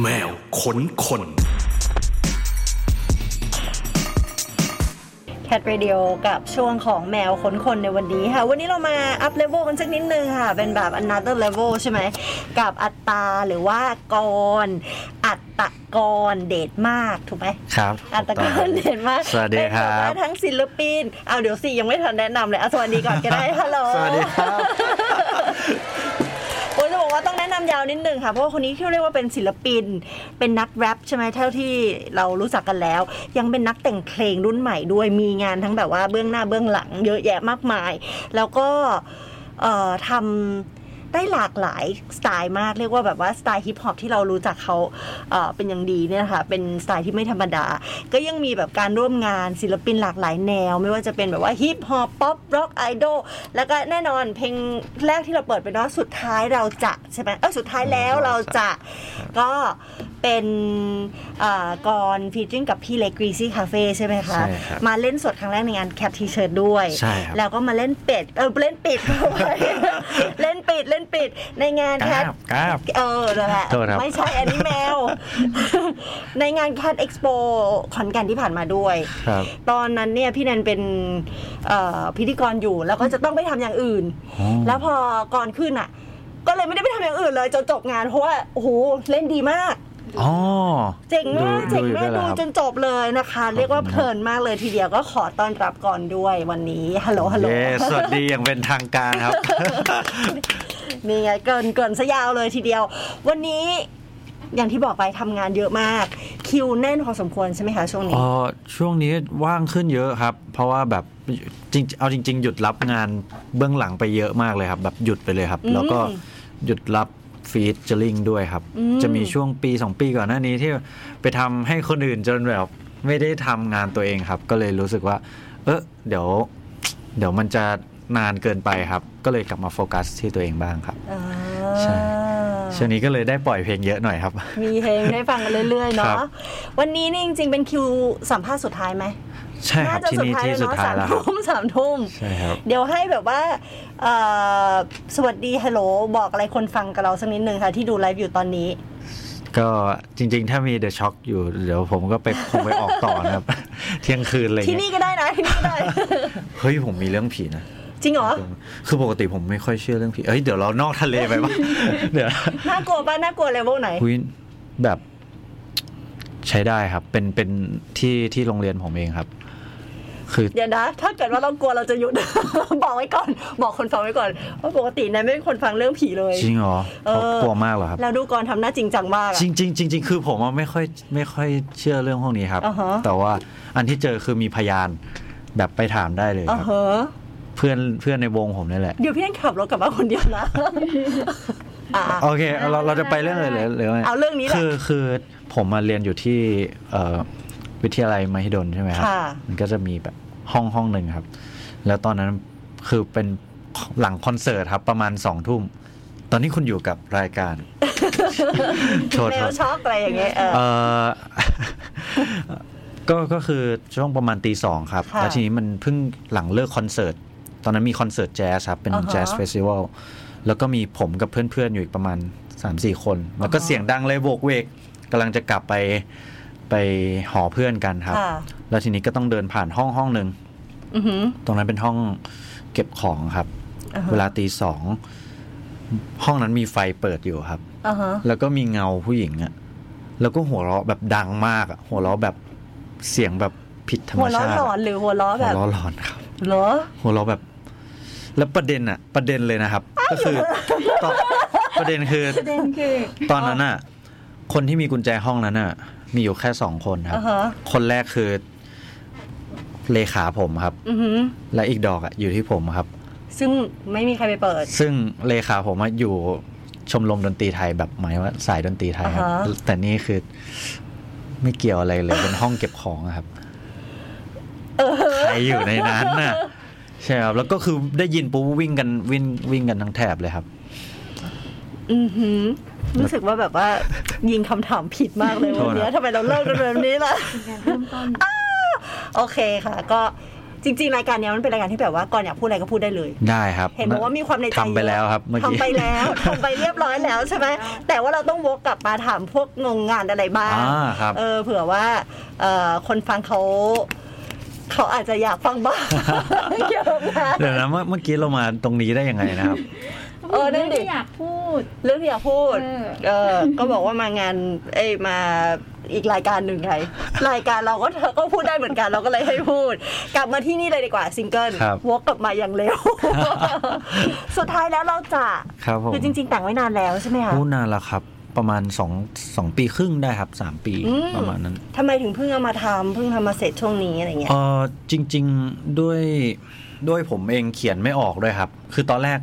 แมวขนคน แคท r a ดิโอกับช่วงของแมวค้นคนในวันนี้ค่ะ วันนี้เรามาอัพเลเวลกันสักนิดนึงค่ะ เป็นแบบ another level ใช่ไหม กับอัตตาหรือว่ากร อัตตกรเดชมากถูกไหม ครับ อัตกร ถู เด ต้ง ชมาก สวัสดีครัเป็นบแว่าทั้งศิลปินเอาเดี๋ยวสิยังไม่ทันแนะนำเลยอ่ะสวัสดีก่อนก็ได้ ฮัลโหล สวัสดีครับ โอ้ยจะบอกว่าต้องแนะนำยาวนิดนึงค่ะ เพราะว่าคนนี้ที่เรียกว่าเป็นศิลปิน เป็นนักแรปใช่ไหมเท่าที่เรารู้จักกันแล้ว ยังเป็นนักแต่งเพลงรุ่นใหม่ด้วยมีงานทั้งแบบว่าเบื้องหน้าเบื้องหลังเยอะแยะมากมาย แล้วก็เอ่อทำได้หลากหลายสไตล์มากเรียกว่าแบบว่าสไตล์ฮิปฮอปที่เรารู้จักเขาเอ่อเป็นอย่างดีเนี่ยนะคะเป็นสไตล์ที่ไม่ธรรมดา ก็ยังมีแบบการร่วมงานศิลปินหลากหลายแนว ไม่ว่าจะเป็นแบบว่าฮิปฮอปป๊อปร็อกไอดอลแล้วก็แน่นอนเพลงแรกที่เราเปิดไปเนาะสุดท้ายเราจะใช่ไหมเออสุดท้ายแล้วเราจะก็เป็นเอ่อกรฟีจิ้งกับพี่เล็กกรีซี่คาเฟ่ใช่ไหมคะ ใช่ครับ มาเล่นสดครั้งแรกในงานแคททีเชิร์ด้วย ใช่ครับ แล้วก็มาเล่นเป็ดเออเล่นปิด เล่นปิดเล่นปิดในงานแคท กราบ เออนั่นแหละ โทษครับ ไม่ใช่อันนี้แมว ในงาน Cat Expo ขอนแก่นที่ผ่านมาด้วย ครับ ตอนนั้นเนี่ยพี่แนนเป็นเอ่อพิธีกรอยู่แล้วก็จะต้องไปทำอย่างอื่น แล้วพอก่อนขึ้นอ่ะ ก็เลยไม่ได้ไปทำอย่างอื่นเลยจนจบงานเพราะว่าโอ้โหเล่นดีมาก อ๋อ เจ๋งมาก ดู เจ๋งมาก ดูอยู่ด้วยเหร ดู อครับ จนจบเลยนะคะ เรียกว่า ขอบ เพ คุณครับ ลินมากเลยทีเดียวก็ขอต้อนรับก่อนด้วยวันนี้ฮัลโหลฮัลโหล เย้สวัสดีอย่างเป็นทางการครับ นี่ไงเกินเกินซะยาวเลยทีเดียว วันนี้อย่างที่บอกไปทำงานเยอะมาก คิวแน่นพอสมควรใช่ไหมคะช่วงนี้ อ๋อช่วงนี้ว่างขึ้นเยอะครับ เพราะว่าแบบจริงเอาจริง ๆ หยุดรับงานเบื้องหลังไปเยอะมากเลยครับ แบบหยุดไปเลยครับ อืม แล้วก็หยุดรับฟีดเจอริงด้วยครับ อืม จะมีช่วงปี 2 ปีก่อนหน้านี้ที่ไปทำให้คนอื่นจนแบบไม่ได้ทำงานตัวเองครับ ก็เลยรู้สึกว่า เออเดี๋ยว เดี๋ยวมันจะนานเกินไปครับ ก็เลยกลับมาโฟกัสที่ตัวเองบ้างครับ อ่า ใช่ ช่วงนี้ก็เลยได้ปล่อยเพลงเยอะหน่อยครับ มีเพลงให้ฟังกันเรื่อยๆ ครั เนาะ บ วันนี้นี่จริงๆเป็นคิวสัมภาษณ์สุดท้ายไหม ใช่ค น่า รับ จะ ที่ สุด นี่ ท้าย ที่ แล้ว สุด เนาะสามท้ายแล้วครับ ทุ่มส ามทุ่ม ใช่ครับ เดี๋ยวให้แบบว่าเอ่อสวัสดีฮัลโหลบอกอะไรคนฟังกับเราสักนิดนึงค่ะ ที่ดูไลฟ์อยู่ตอนนี้ ก็จริงๆ ถ้ามีเดอะช็อคอยู่ เดี๋ยวผมก็ไปคงไปออกต่อนะครับ เที่ยงคืนอะไร ที่ เงี้ นี่ ย ก็ได้นะที่นี่ก็ได้ เฮ้ย ผมมีเรื่องผีนะ จริงเหรอ คือปกติผมไม่ค่อยเชื่อเรื่องผีเอ้ยเดี๋ยวเรานอกทะเลไป บ้าง เดี๋ยว น่ากลัวป่ะน่ากลัวเลเวลไหน คุยแบบใช้ได้ครับ เป็นเป็นที่ที่โรงเรียนผมเองครับ คือ เดี๋ยวนะ ถ้าเกิดว่าเรากลัวเราจะหยุด บอกไว้ก่อน บอกคนฟังไว้ก่อนว่าปกติเนายไม่เป็นคนฟังเรื่องผีเลย จริงเหรอ เออ เขากลัวมากเหรอครับ แล้วดูก่อนทำหน้าจริงจังมากอะ จริงจริงๆจริงๆคือผมอะไม่ค่อยไม่ค่อยเชื่อเรื่องพวกนี้ครับ อ่าฮะ แต่ว่าอันที่เจอคือมีพยานแบบไปถามได้เลย อ่า ครับ ฮะ เพื่อนเพื่อนในวงผมนี่แหละ เดี๋ยวพี่แอนขับรถกลับบ้านคนเดียวนะ อ่ะ โอเคเอาเราเราจะไปเรื่องอะไรเลยหรือไม่ เอาเรื่องนี้แหละ คือคือผมมาเรียนอยู่ที่เอ่อวิทยาลัยมหิดลใช่ไหมครับ ค่ะ มันก็จะมีแบบห้องห้องหนึ่งครับ แล้วตอนนั้นคือเป็นหลังคอนเสิร์ตครับ ประมาณสองทุ่ม ตอนนี้คุณอยู่กับรายการ โทษ แม ครั ว บ ช็อกอะไรอย่างเงี้ยเออ เออ ก็ก็คือช่วงประมาณตีสองครับ ค่ะ แล้วทีนี้มันเพิ่งหลังเลิกคอนเสิร์ต ตอนนั้นมีคอนเสิร์ตแจ๊สครับ เป็น อ่าฮะ แจ๊สเฟสติวัล แล้วก็มีผมกับเพื่อนๆ อยู่อีกประมาณ 3-4 คน แล้วก็ อ่าฮะ เสียงดังเลยโบกเวกกำลังจะกลับไปไปหอเพื่อนกันครับ ค่ะ แล้วทีนี้ก็ต้องเดินผ่านห้องห้องหนึ่ง อือหือ ตรงนั้นเป็นห้องเก็บของครับ อ่าฮะ เวลาตีสอง ห้องนั้นมีไฟเปิดอยู่ครับ อ่าฮะ แล้วก็มีเงาผู้หญิงอะแล้วก็หัวเราะแบบดังมากอะหัวเราะแบบเสียงแบบผิดธรร หั ม วล้อ ชาติ หลอนหรือหัวล้อแบบ หัวเราะหลอนครับ เหรอ หัวเราะแบบ แล้วประเด็นอะประเด็นเลยนะครับ ก็คือตอนประเด็นคือ ประเด็นคือ ตอนนั้นอะคนที่มีกุญแจห้องนั้นอะมีอยู่แค่สองคนครับ อ่าฮะ คนแรกคือ เลขาผมครับ อือหือ และอีกดอกอะอยู่ที่ผมครับ ซึ่งไม่มีใครไปเปิด ซึ่งเลขาผมอะอยู่ชมรมดนตรีไทยแบบหมายว่าสายดนตรีไทยครับ อ่าฮะ แต่นี่คือไม่เกี่ยวอะไรเลย เป็นห้องเก็บของอะครับใครอยู่ในนั้นน่ะ ใช่ครับ แล้วก็คือได้ยินปุ๊บวิ่งกันวิ่งวิ่งกันทั้งแถบเลยครับ อือหือรู้สึกว่าแบบว่ายิงคำถามผิดมากเลย โท วันษนะ เนี้ยทำไมเราเลิกกันแบบนี้ล่ะ เป็นการเริ่มต้น โอเคค่ะ ก็ จริงๆ รายการเนี้ยมันเป็นรายการที่แบบว่าก่อนอยากพูดอะไรก็พูดได้เลย ได้ครับ เห็นบอกว่ามีความในใจ ทำไปแล้วครับเมื่อกี้ ทำไป แล้วทำไปเรียบร้อยแล้วใช่ไหมแต่ว่าเราต้องวกกลับมาถามพวกงงงานอะไรบ้าง อ่าครับ เออเผื่อว่าเอ่อคนฟังเขา เขาอาจจะอยากฟัง บ้าง เยอะนะ เดี๋ยวนะเมื่อเมื่อกี้เรามาตรงนี้ได้ยังไงนะครับ เออนั่นดิ ไม่อยากพูด เรื่องที่อยากพูด เออ เออก็บอกว่ามางาน เอ้ยมาอีกรายการหนึ่งไงรายการเราก็เธอก็พูดได้เหมือนกันเราก็เลยให้พูด กลับมาที่นี่เลยดีกว่าซิงเกิล ครับ วกกลับมาอย่างเร็ว สุดท้ายแล้วเราจะ ครับผม คือจริง ๆ แต่งไว้นานแล้วใช่ไหมคะ พูดนานและครับ ประมาณสองสองปีครึ่งได้ครับสามปี อืม ประมาณนั้น ทำไมถึงเพิ่งเอามาทำเพิ่งทำมาเสร็จช่วงนี้อะไรเงี้ย เออจริงๆด้วยด้วยผมเองเขียนไม่ออกด้วยครับ คือตอนแรก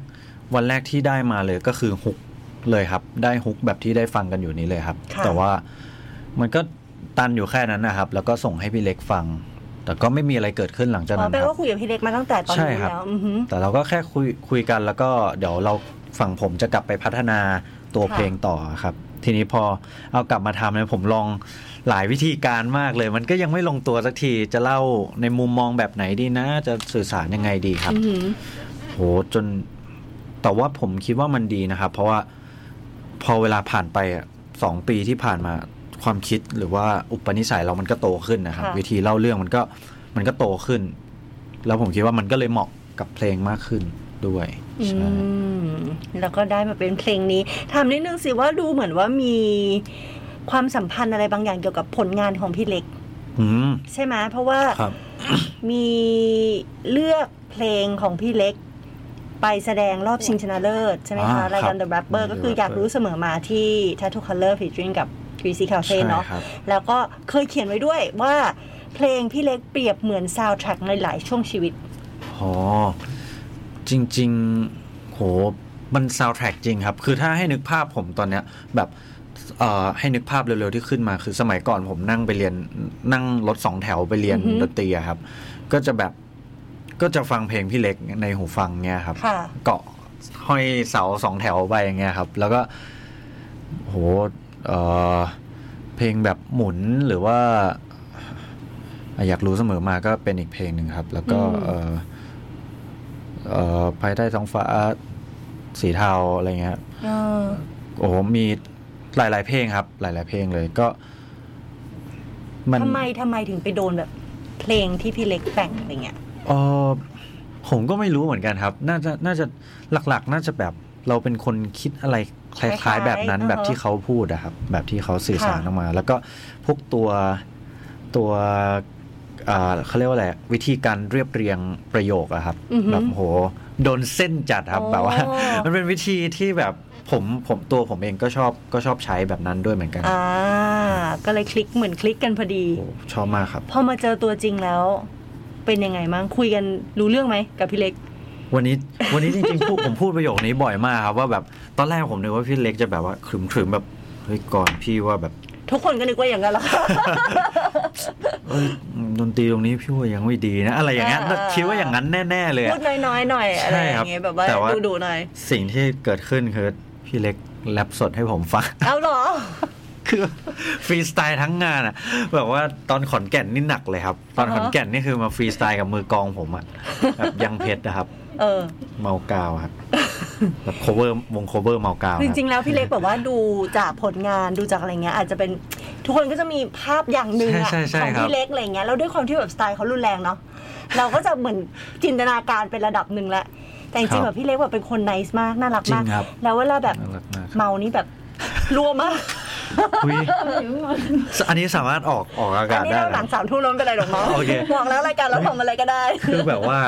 วันแรกที่ได้มาเลยก็คือฮุกเลยครับ ได้ฮุกแบบที่ได้ฟังกันอยู่นี้เลยครับ ค่ะ แต่ว่ามันก็ตันอยู่แค่นั้นนะครับ แล้วก็ส่งให้พี่เล็กฟัง แต่ก็ไม่มีอะไรเกิดขึ้นหลังจาก อ๋อ นั้น แปล ครับ ว่าคุยกับพี่เล็กมาตั้งแต่ตอน ใช่ นี้ ครับ แล้วอือหือ แต่เราก็แค่คุยคุยกันแล้วก็เดี๋ยวเราฝั่งผมจะกลับไปพัฒนาตัว ค่ะ เพลงต่อครับ ทีนี้พอเอากลับมาทำเนี่ยผมลองหลายวิธีการมากเลย มันก็ยังไม่ลงตัวสักทีจะเล่าในมุมมองแบบไหนดีนะ จะสื่อสารยังไงดีครับ ือหือ โหจนแต่ว่าผมคิดว่ามันดีนะครับ เพราะว่าพอเวลาผ่านไปอะสองปีที่ผ่านมาความคิดหรือว่าอุปนิสัยเรามันก็โตขึ้นนะครับ ค่ะ วิธีเล่าเรื่องมันก็มันก็โตขึ้น แล้วผมคิดว่ามันก็เลยเหมาะกับเพลงมากขึ้นด้วย อื ใช่ มแล้วก็ได้มาเป็นเพลงนี้ถามนิดนึงสิว่าดูเหมือนว่ามีความสัมพันธ์อะไรบางอย่างเกี่ยวกับผลงานของพี่เล็ก อืม ใช่ไหมเพราะว่า ครับ มีเลือกเพลงของพี่เล็ก ไปแสดงรอบชิงชนะเลิศใช่ไหม อ่าครั คะ บ รายการ The Rapper ก็คืออยากรู้เสมอมาที่ Tattoo Color featuring กับ Greasy Cafe เนาะ ใช่ครับ แล้วก็เคยเขียนไว้ด้วยว่าเพลงพี่เล็กเปรียบเหมือนซาว n d ท r a c k ในหลายช่วงชีวิต โหจริง ๆ โห มันซาวด์แทร็กจริงครับ คือถ้าให้นึกภาพผมตอนเนี้ย แบบเอ่อให้นึกภาพเร็ว ๆ ที่ขึ้นมา คือสมัยก่อนผมนั่งไปเรียนนั่งรถสองแถวไปเรียน อือหือ ดนตรีอะครับ ก็จะแบบก็จะฟังเพลงพี่เล็กในหูฟังเนี้ยครับ ค่ะ เกาะห้อยเสาสองแถวไปอย่างเงี้ยครับ แล้วก็โหเอ่อเพลงแบบหมุนหรือว่าอ่ะอยากรู้เสมอมาก็เป็นอีกเพลงหนึ่งครับ แล้วก็ อืม เอ่อเอ่อภายใต้ท้องฟ้าสีเทาอะไรเงี้ยครับ เออ โอ้โหมีหลายๆเพลงครับ หลาย ๆ เพลงเลยก็ มัน ทำไมทำไมถึงไปโดนแบบเพลงที่พี่เล็กแต่งอะไรเงี้ย เออผมก็ไม่รู้เหมือนกันครับ น่าจะน่าจะหลักๆ น่าจะแบบเราเป็นคนคิดอะไรคล คล้า ้าย ย ๆ ๆ แบบนั้น อ่าฮะ แบบที่เขาพูดอะครับ แบบที่เขาสื่อสาร ค่ะ ออกมา แล้วก็พวกตัวตัวเอ่อเขาเรียกว่าอะไรวิธีการเรียบเรียงประโยคอะครับ อือหือ แบบโหโดนเส้นจัดครับ โอ้ แบบว่า มันเป็นวิธีที่แบบผมผมตัวผมเองก็ชอบก็ชอบใช้แบบนั้นด้วยเหมือนกัน อ่า ก็เลยคลิกเหมือนคลิกกันพอดี โอ้ชอบมากครับ พอมาเจอตัวจริงแล้ว เป็นยังไงมั้งคุยกันรู้เรื่องไหมกับพี่เล็ก วันนี้วันนี้จริงๆพูด ผมพูดประโยคนี้บ่อยมากครับว่าแบบตอนแรกผมนึกว่าพี่เล็กจะแบบว่าขรึมๆแบบเฮ้ยก่อนพี่ว่าแบบ ทุกคนก็นึกว่าอย่างนั้นแหละค่ะ เอ้ยดนตรีตรงนี้พี่ว่ายังไม่ดีนะอะไรอย่างเงี้ย อ่า คิดว่าอย่างนั้นแน่ๆเลย พู อะ ดน้อยๆหน่อยอะไรอย่างเงี้ย ใช่ครัแบบบว่า แต่ว่า ดูดูๆหน่อย สิ่งที่เกิดขึ้นคือพี่เล็กแรปสดให้ผมฟัง เอาเหรอ คือฟรีสไตล์ทั้งงานอะแบบว่าตอนขอนแก่นนี่หนักเลยครับ ตอน อ่า ข ฮะ อนแก่นนี่คือมาฟรีสไตล์กับมือกลองผมอะแบบยังเพชรนะครับ เออ เมากาวครับแบบโคเวอร์วงโคเวอร์เมากาวค จ บ ริงๆแล้วพี่เล็กแบบว่าดูจากผลงานดูจากอะไรเงี้ยอาจจะเป็นทุกคนก็จะมีภาพอย่างหนึ่งอะ ใช่ใช่ใช่ ของ ครับ พี่เล็กอะไรเงี้ยแล้วด้วยความที่แบบสไตล์เขารุนแรงเนาะเราก็จะเหมือนจินตนาการเป็นระดับหนึ่งแหละแต่จ ครั ริงๆ บ แบบพี่เล็กแบบเป็นคนไนส์มากน่ารักมาก จริงครับ แล้วเวลาแบบ น่ารักมากครับ เมานี่แบบรัวมาก อุ๊ย เออ อันนี้สามารถออกออกอากาศ อันนี้ ได้ เรา นะ หลังสามทุ่มแล้วไม่เป็นไรหรอกเนาะ โอเค บอกแล้วรายการเราทำอะไรก็ได้ คือแบบว่า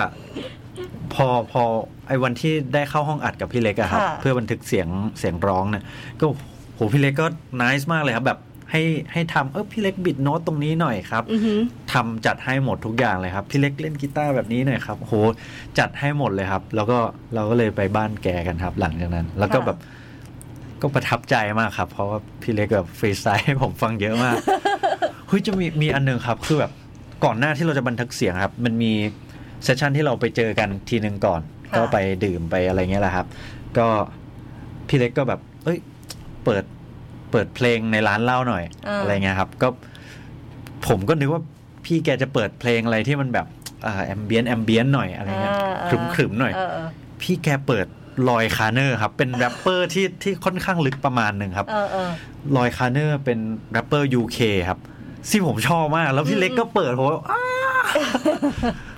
พอพอไอ้วันที่ได้เข้าห้องอัดกับพี่เล็กอะครับ ค่ะ เพื่อบันทึกเสียงเสียงร้องเนี่ยก็โหพี่เล็กก็นิสมากเลยครับ แบบให้ให้ทำเออพี่เล็กบิดโน้ตตรงนี้หน่อยครับ อือหือ ทำจัดให้หมดทุกอย่างเลยครับ พี่เล็กเล่นกีตาร์แบบนี้หน่อยครับโหจัดให้หมดเลยครับ แล้วก็เราก็เลยไปบ้านแกกันครับ หลังจากนั้น แล้วก็ ค่ะ แบบก็ประทับใจมากครับ เพราะว่าพี่เล็กแบบฟรีสไตล์ให้ผมฟังเยอะ มาก เฮ้ยจะมีมีอันหนึ่งครับ คือแบบก่อนหน้าที่เราจะบันทึกเสียงครับ มันมีเซสชันที่เราไปเจอกันทีหนึ่งก่อน ค่ะ ก็ไปดื่มไปอะไรเงี้ยแหละครับ ก็พี่เล็กก็แบบ เอ้ย เปิดเปิดเพลงในร้านเหล้าหน่อย อ่า อะไรเงี้ยครับ ก็ผมก็นึกว่าพี่แกจะเปิดเพลงอะไรที่มันแบบ แอมเบียนแอมเบียนหน่อยอะไรเงี้ย เออเออ ขรึมๆหน่อย เอ พี่แกเปิดลอยคาร์เนอร์ครับ เป็นแรปเปอร์ ที่ที่ค่อนข้างลึกประมาณหนึ่งครับ เออเออ ลอยคาร์เนอร์เป็นแรปเปอร์ UK ครับที่ผมชอบมาก แล้ว อื พี่ ม เล็กก็เปิดผม ว่าอ้า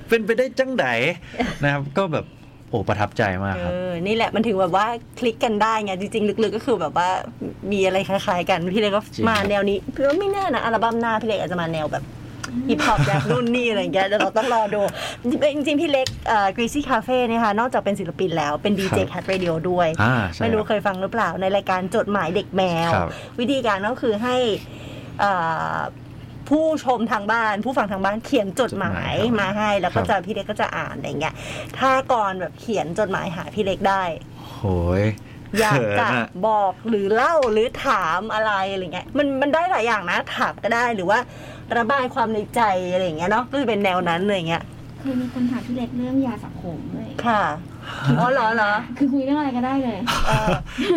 เป็นไปได้จังไดนะครับ ก็แบบโอ้ประทับใจมาก เอ ครับ อ นี่แหละมันถึงแบบว่าคลิกกันได้ไง จริงๆ ลึกๆ ก็คือแบบว่ามีอะไรคล้ายๆกัน พี่เล็กก็ จริง มาแนวนี้พี่ว่าไม่แน่นะ อัลบั้มหน้าพี่เล็กอาจจะมาแนวแบบ ฮิปฮอปแบบนู่นนี่อะไรอย่างเงี้ยเดี๋ยวเราต้องรอดู จริงๆ พี่เล็กกรีซี่คาเฟ่อ Greasy Cafe เนี่ยค่ะ นอกจากเป็นศิลปินแล้วเป็นดีเจแคทเรดิโอด้วย อ่าใช่ ไม่รู้ ค เค รับ ยฟังหรือเปล่าในรายการจดหมายเด็กแมว ครับ วิธีการก็คือให้เอ่อผู้ชมทางบ้าน ผู้ฟังทางบ้านเขียนจดหมาย จดหมายครับ มาให้ แล้วก็ ครับ จะพี่เล็กก็จะอ่านอะไรเงี้ยถ้าก่อนแบบเขียนจดหมายหาพี่เล็กได้ โอ้ย อยาก เขิน จะ อะ บอกหรือเล่าหรือถามอะไรอะไรเงี้ยมันมันได้หลายอย่างนะถามก็ได้หรือว่าระบายความในใจอะไรเงี้ยเนาะก็จะเป็นแนวนั้นอะไรเงี้ย เคยมีคนถามพี่เล็กเรื่องยาสระผมเลย ค่ะอ๋อเหรอเหรอ คือคุยเรื่องอะไรก็ได้เลย เออ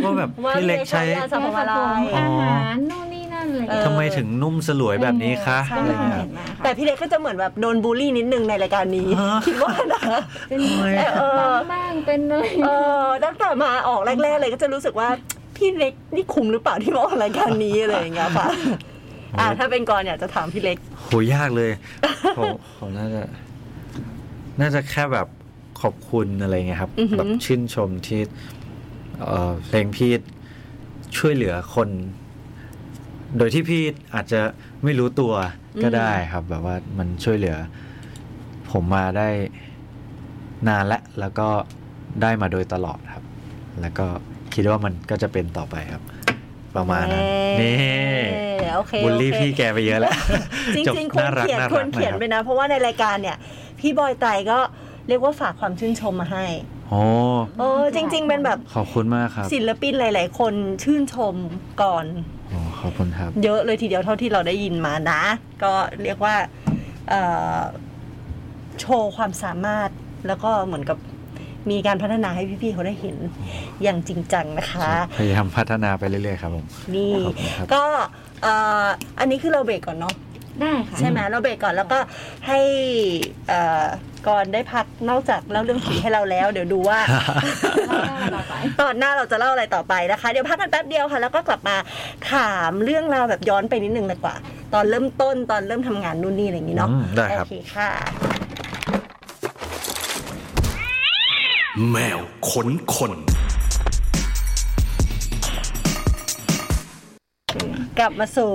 ว่าแบบ ว่า พี่เล็กใช้ พี่เล็กใช้ สระผมอะไร ยาสระผมอาหารโน่นนี่นั่นอะไรอย่าง เออ เลย ทำไมถึงนุ่มสลวยแบบนี้คะ ใช่ ต้ อะ อง ไร มีคเงี้วามย เห็นมาค่ะ แต่พี่เล็กก็จะเหมือนแบบโดนบูลลี่นิดนึงในรายการนี้ ฮะ คิดว่านะ เป็น โอ้ย แบบบ้างบ้างเป็นอะไร เออตั้งแต่มาออกแรกๆเลยก็จะรู้สึกว่า พี่เล็กนี่คุมหรือเปล่าที่มาออกรายการนี้อะไรอย่างเงี้ยค่ะอ่าถ้าเป็นกรอยากจะถามพี่เล็ก โหยากเลย ผมผมน่าจะ น่าจะแค่แบบขอบคุณอะไรเงี้ยครับ อือหือ แบบชื่นชมที่เอ่อเพลงพี่ช่วยเหลือคน โดยที่พี่อาจจะไม่รู้ตัวก็ได้ครับ แบบว่ามันช่วยเหลือ ผมมาได้นานและแล้วก็ได้มาโดยตลอดครับ แล้วก็คิดว่ามันก็จะเป็นต่อไปครับ ประมาณนั้น เอ้ นี่ ยโอเค บูลลี่ โอเค พี่แกไปเยอะแล้ว จ จบ ริงๆควร น่ารัก เขียน น่ารัก ควรเขียน นะครับ ไปนะ เพราะว่าในรายการเนี่ย พี่บอยไตรก็เรียกว่าฝากความชื่นชมมาให้ โอ้ เออจริง ๆ เป็นแบบ ขอบคุณมากครับ ศิลปินหลาย ๆ คนชื่นชมก่อน โอ้ขอบคุณครับ เยอะเลยทีเดียวเท่าที่เราได้ยินมานะ ก็เรียกว่าเอ่อโชว์ความสามารถแล้วก็เหมือนกับมีการพัฒนาให้พี่ๆเขาได้เห็นอย่างจริงจังนะคะ พยายามพัฒนาไปเรื่อยๆครับผม นี่ ขอบคุณครับ ก็เอ่ออันนี้คือเราเบรกก่อนเนาะ ได้ค่ะ ใช่ไหมเราเบรกก่อนแล้วก็ให้เอ่อก่อนได้พักนอกจากเล่าเรื่องผีให้เราแล้ว เดี๋ยวดูว่า ต่อไป ตอนหน้าเราจะเล่าอะไรต่อไปนะคะ เดี๋ยวพักกันแป๊บเดียวค่ะ แล้วก็กลับมาถามเรื่องราวแบบย้อนไปนิดนึงดีกว่า ตอนเริ่มต้นตอนเริ่มทำงานนู่นนี่อะไรอย่างนี้เนาะ อืมได้ครับ โอเคค่ะ แมวขนคน กลับมาสู่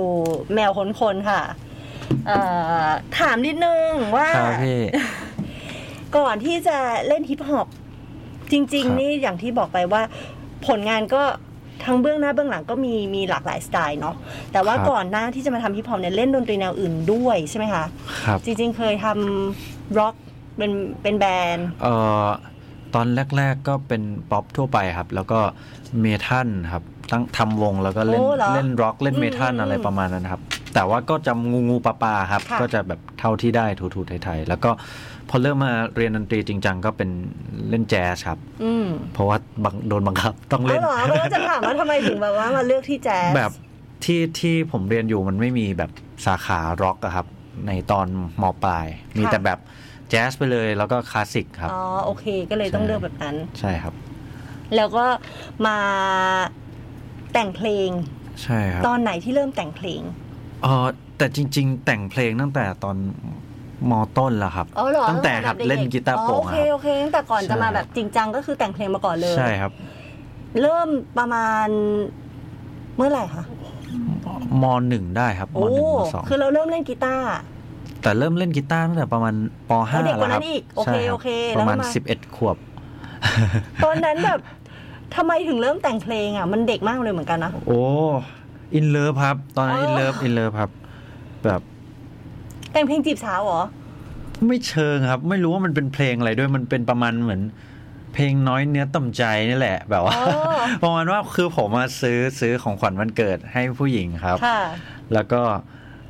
แมวคนคนค่ะเอ่อถามนิดนึงว่า ครับพี่ ก่อนที่จะเล่นฮิปฮอปจริง ครับ ๆ นี่อย่างที่บอกไปว่า ผลงานก็ทั้งเบื้องหน้าเบื้องหลังก็มีมีหลากหลายสไตล์เนาะแต่ว่าก่อนหน้าที่จะมาทำฮิปฮอปเนี่ยเล่นดนตรีแนวอื่นด้วยใช่ไหมคะ ครับ จริงๆ เคยทำร็อกเป็นเป็นแบรนด์ เอ่อตอนแรกๆก็เป็นป๊อปทั่วไปครับ แล้วก็เมทัลครับตั้งทำวงแล้วก็เล่น โอ้เหรอ เล่นร็อกเล่น อืม เมทัลอะไรประมาณนั้นครับ แต่ว่าก็จำงูงูปลาปลาครับ ค่ะ ก็จะแบบเท่าที่ได้ถูๆไทยๆแล้วก็พอเริ่มมาเรียนดนตรีจริงจังก็เป็นเล่นแจ๊สครับ อืม เพราะว่าบังโดนบังคับต้อง เอา เล่น เหรอเราก็จะถามว่าทำไมถึงแบบว่ามาเลือกที่แจ๊ส แบบที่ที่ผมเรียนอยู่มันไม่มีแบบสาขาร็อกอะครับ ในตอนมปลาย มี ค่ะ แต่แบบแจ๊สไปเลยแล้วก็คลาสสิกครับ อ๋อโอเค ก็เลยต้อง ใช่ เลือกแบบนั้น ใช่ครับ แล้วก็มาแต่งเพลง ใช่ครับ ตอนไหนที่เริ่มแต่งเพลง เออแต่จริง ๆ แต่งเพลงตั้งแต่ตอนมต้นแล้วครับ อ๋อเหรอ ตั้งแต่ครับ ด็ๆ เล่นกีตาร์โปร่ง อ๋อโอเค ครับ โอเคตั้งแต่ก่อน ใช่ จะมาแบบจริงจังก็คือแต่งเพลงมาก่อนเลย ใช่ครับ เริ่มประมาณเมื่อไหร่คะ มหนึ่งได้ครับม โอ้ หนึ่งมสอง คือเราเริ่มเล่นกีตาร์ แต่เริ่มเล่นกีตาร์ตั้งแต่ประมาณปห้า เอาเด็กกแล้ว่าว ครั นั้ บ นอีกโอเค ใช่รับ โอเค ป แล้ว ระมาณ มา สิบเอ็ดขวบ ตอนนั้นแบบ ทำไมถึงเริ่มแต่งเพลงอ่ะ มันเด็กมากเลยเหมือนกันนะ โอ้อินเลิฟครับ ตอนนั้น อ๋ออิ อินเลิฟอินเลิฟครับ แบบ แต่งเพลงจีบสาวเหรอ ไม่เชิงครับ ไม่รู้ว่ามันเป็นเพลงอะไรด้วยมันเป็นประมาณเหมือน เพลงน้อยเนื้อต่ำใจนี่แหละ แบบว่า อ๋อ ประมาณว่าคือผมมาซื้อซื้อของขวัญวันเกิดให้ผู้หญิงครับ ค่ะ แล้วก็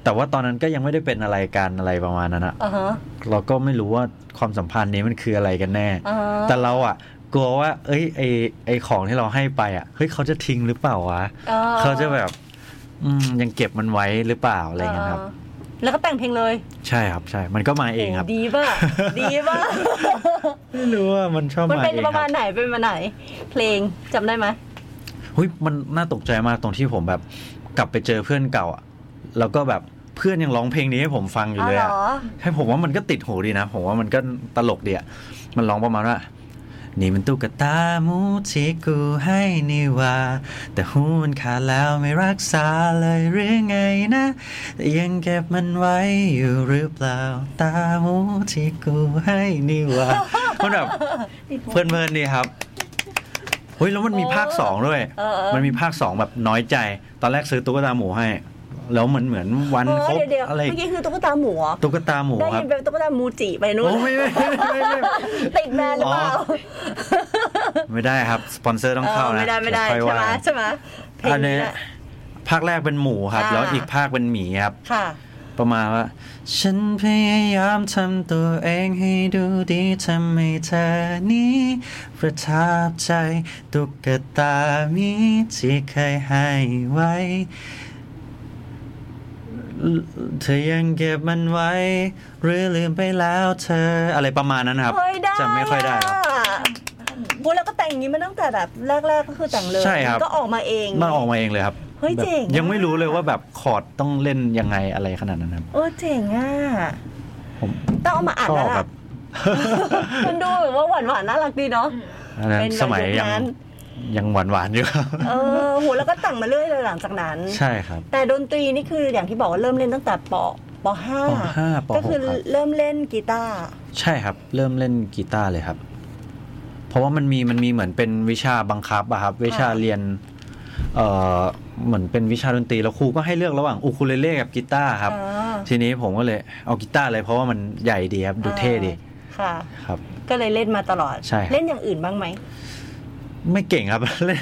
แต่ว่าตอนนั้นก็ยังไม่ได้เป็นอะไรกันอะไรประมาณนั้นอะ อ่าฮะ เราก็ไม่รู้ว่าความสัมพันธ์นี้มันคืออะไรกันแน่ อ่าฮะ แต่เราอะกลัวว่า เอ้ยไอไอของที่เราให้ไปอะเฮ้ยเขาจะทิ้งหรือเปล่าวะ อ่ เขาจะแบบ อืมยังเก็บมันไว้หรือเปล่าอะไรอย่างเงี้ยครับ อ่า แล้วก็แต่งเพลงเลย ใช่ครับใช่ มันก็มาเองครับ โดีป่ะ ดีป่ะ ไม่รู้ว่ามันชอบ มัน มา เป็น เอง ประ ค มา รั ณ บ ไหนเป็นประมาณไหน เพลงจำได้ไหม เฮ้ยมันน่าตกใจมากตรงที่ผมแบบ กลับไปเจอเพื่อนเก่าอ่ะแล้วก็แบบเพื่อนยังร้องเพลงนี้ให้ผมฟังอยู่ อ๋อ เลย เหร อะ อ ใช่ผมว่ามันก็ติดหูดีนะ ผมว่ามันก็ตลกดีอะมันร้องประมาณว่า นี่มันตุ๊กตาหมูที่กูให้นี่หว่า แต่หูมันขาดแล้วไม่รักษาเลยหรือไงนะแต่ยังเก็บมันไว้อยู่หรือเปล่า ตาหมูที่กูให้นี่หว่า มันแบบ ติดหัว เพลินๆดีครับเฮ้ยแล้วมันมีภาคสองด้วย เออเออ มันมีภาคสองแบบน้อยใจ ตอนแรกซื้อตุ๊กตาหมูให้ แล้วมันเหมือนวัน เออ ครบ เดี๋ยวเดี๋ยว อะไร เมื่อกี้คือตุ๊กตาหมูเหรอ ตุ๊กตาหมู ได้ ครั ยิ บ นเป็นตุ๊กตามูจิไปนู่น โอ้ไม่ไม่ไม่ไม่ ติดแบรนด์หรือเปล่า อ๋อ ไม่ได้ครับ สปอนเซอร์ต้องเข้า เออ นะ ไม่ได้ไม่ได้ เยวค่อย ใช่ไหม ว่า ใช่ไหมเพล อั ง น นี้ เนี้ย นะ ภาคแรกเป็นหมูครับ อ่า แล้วอีกภาคเป็นหมีครับ ค่ะ ประมาณว่า ฉันพยายามทำตัวเองให้ดูดีทำให้เธอนี้ ประทับใจตุ๊กตามีที่เคยให้ไว้ เธอยังเก็บมันไว้ หรือลืมไปแล้วเธออะไรประมาณนั้นครับ เฮ้ยได้ จำไม่ค่อยได้แล้ว อะโอ้แล้วก็แต่งอย่างนี้มาตั้งแต่แบบแรก ๆ ก็คือแต่งเลย ใช่ครับ ก็ออกมาเอง มันออกมาเองเลยครับ เฮ้ย แบบ เจ๋ง ยังไม่ อะ รู้เลยว่าแบบคอร์ดต้องเล่นยังไงอะไรขนาดนั้นครับ โอ้เจ๋งอ่ะ ผม ต้องเอามาอัด ชอ แล้ บ ว ค ล่ะ รับ มันดูแบบว่าหวานๆน่ารักดีเนาะ อันนั้น เป็นแบบ สมัย ยุค ยัง นั้น ยังหวานหวานๆอยู่ครับ เออโหแล้วก็แต่งมาเรื่อยเลยหลังจากนั้น ใช่ครับ แต่ดนตรีนี่คืออย่างที่บอกว่าเริ่มเล่นตั้งแต่ปปห้า ปห้าปหก ก็คือ ครับ เริ่มเล่นกีตาร์ ใช่ครับ เริ่มเล่นกีตาร์เลยครับ เพราะว่ามันมีมันมีเหมือนเป็นวิชาบังคับอะครับ วิชา ค่ะ เรียน เอ่อเหมือนเป็นวิชาดนตรีแล้วครูก็ให้เลือกระหว่างอูคูเลเล่กับกีตาร์ครับ อ่า ทีนี้ผมก็เลยเอากีตาร์เลยเพราะว่ามันใหญ่ดีครับดูเท่ดี ค่ะ ครับ ก็เลยเล่นมาตลอด ใช่ครับ เล่นอย่างอื่นบ้างไหม ไม่เก่งครับ เล่น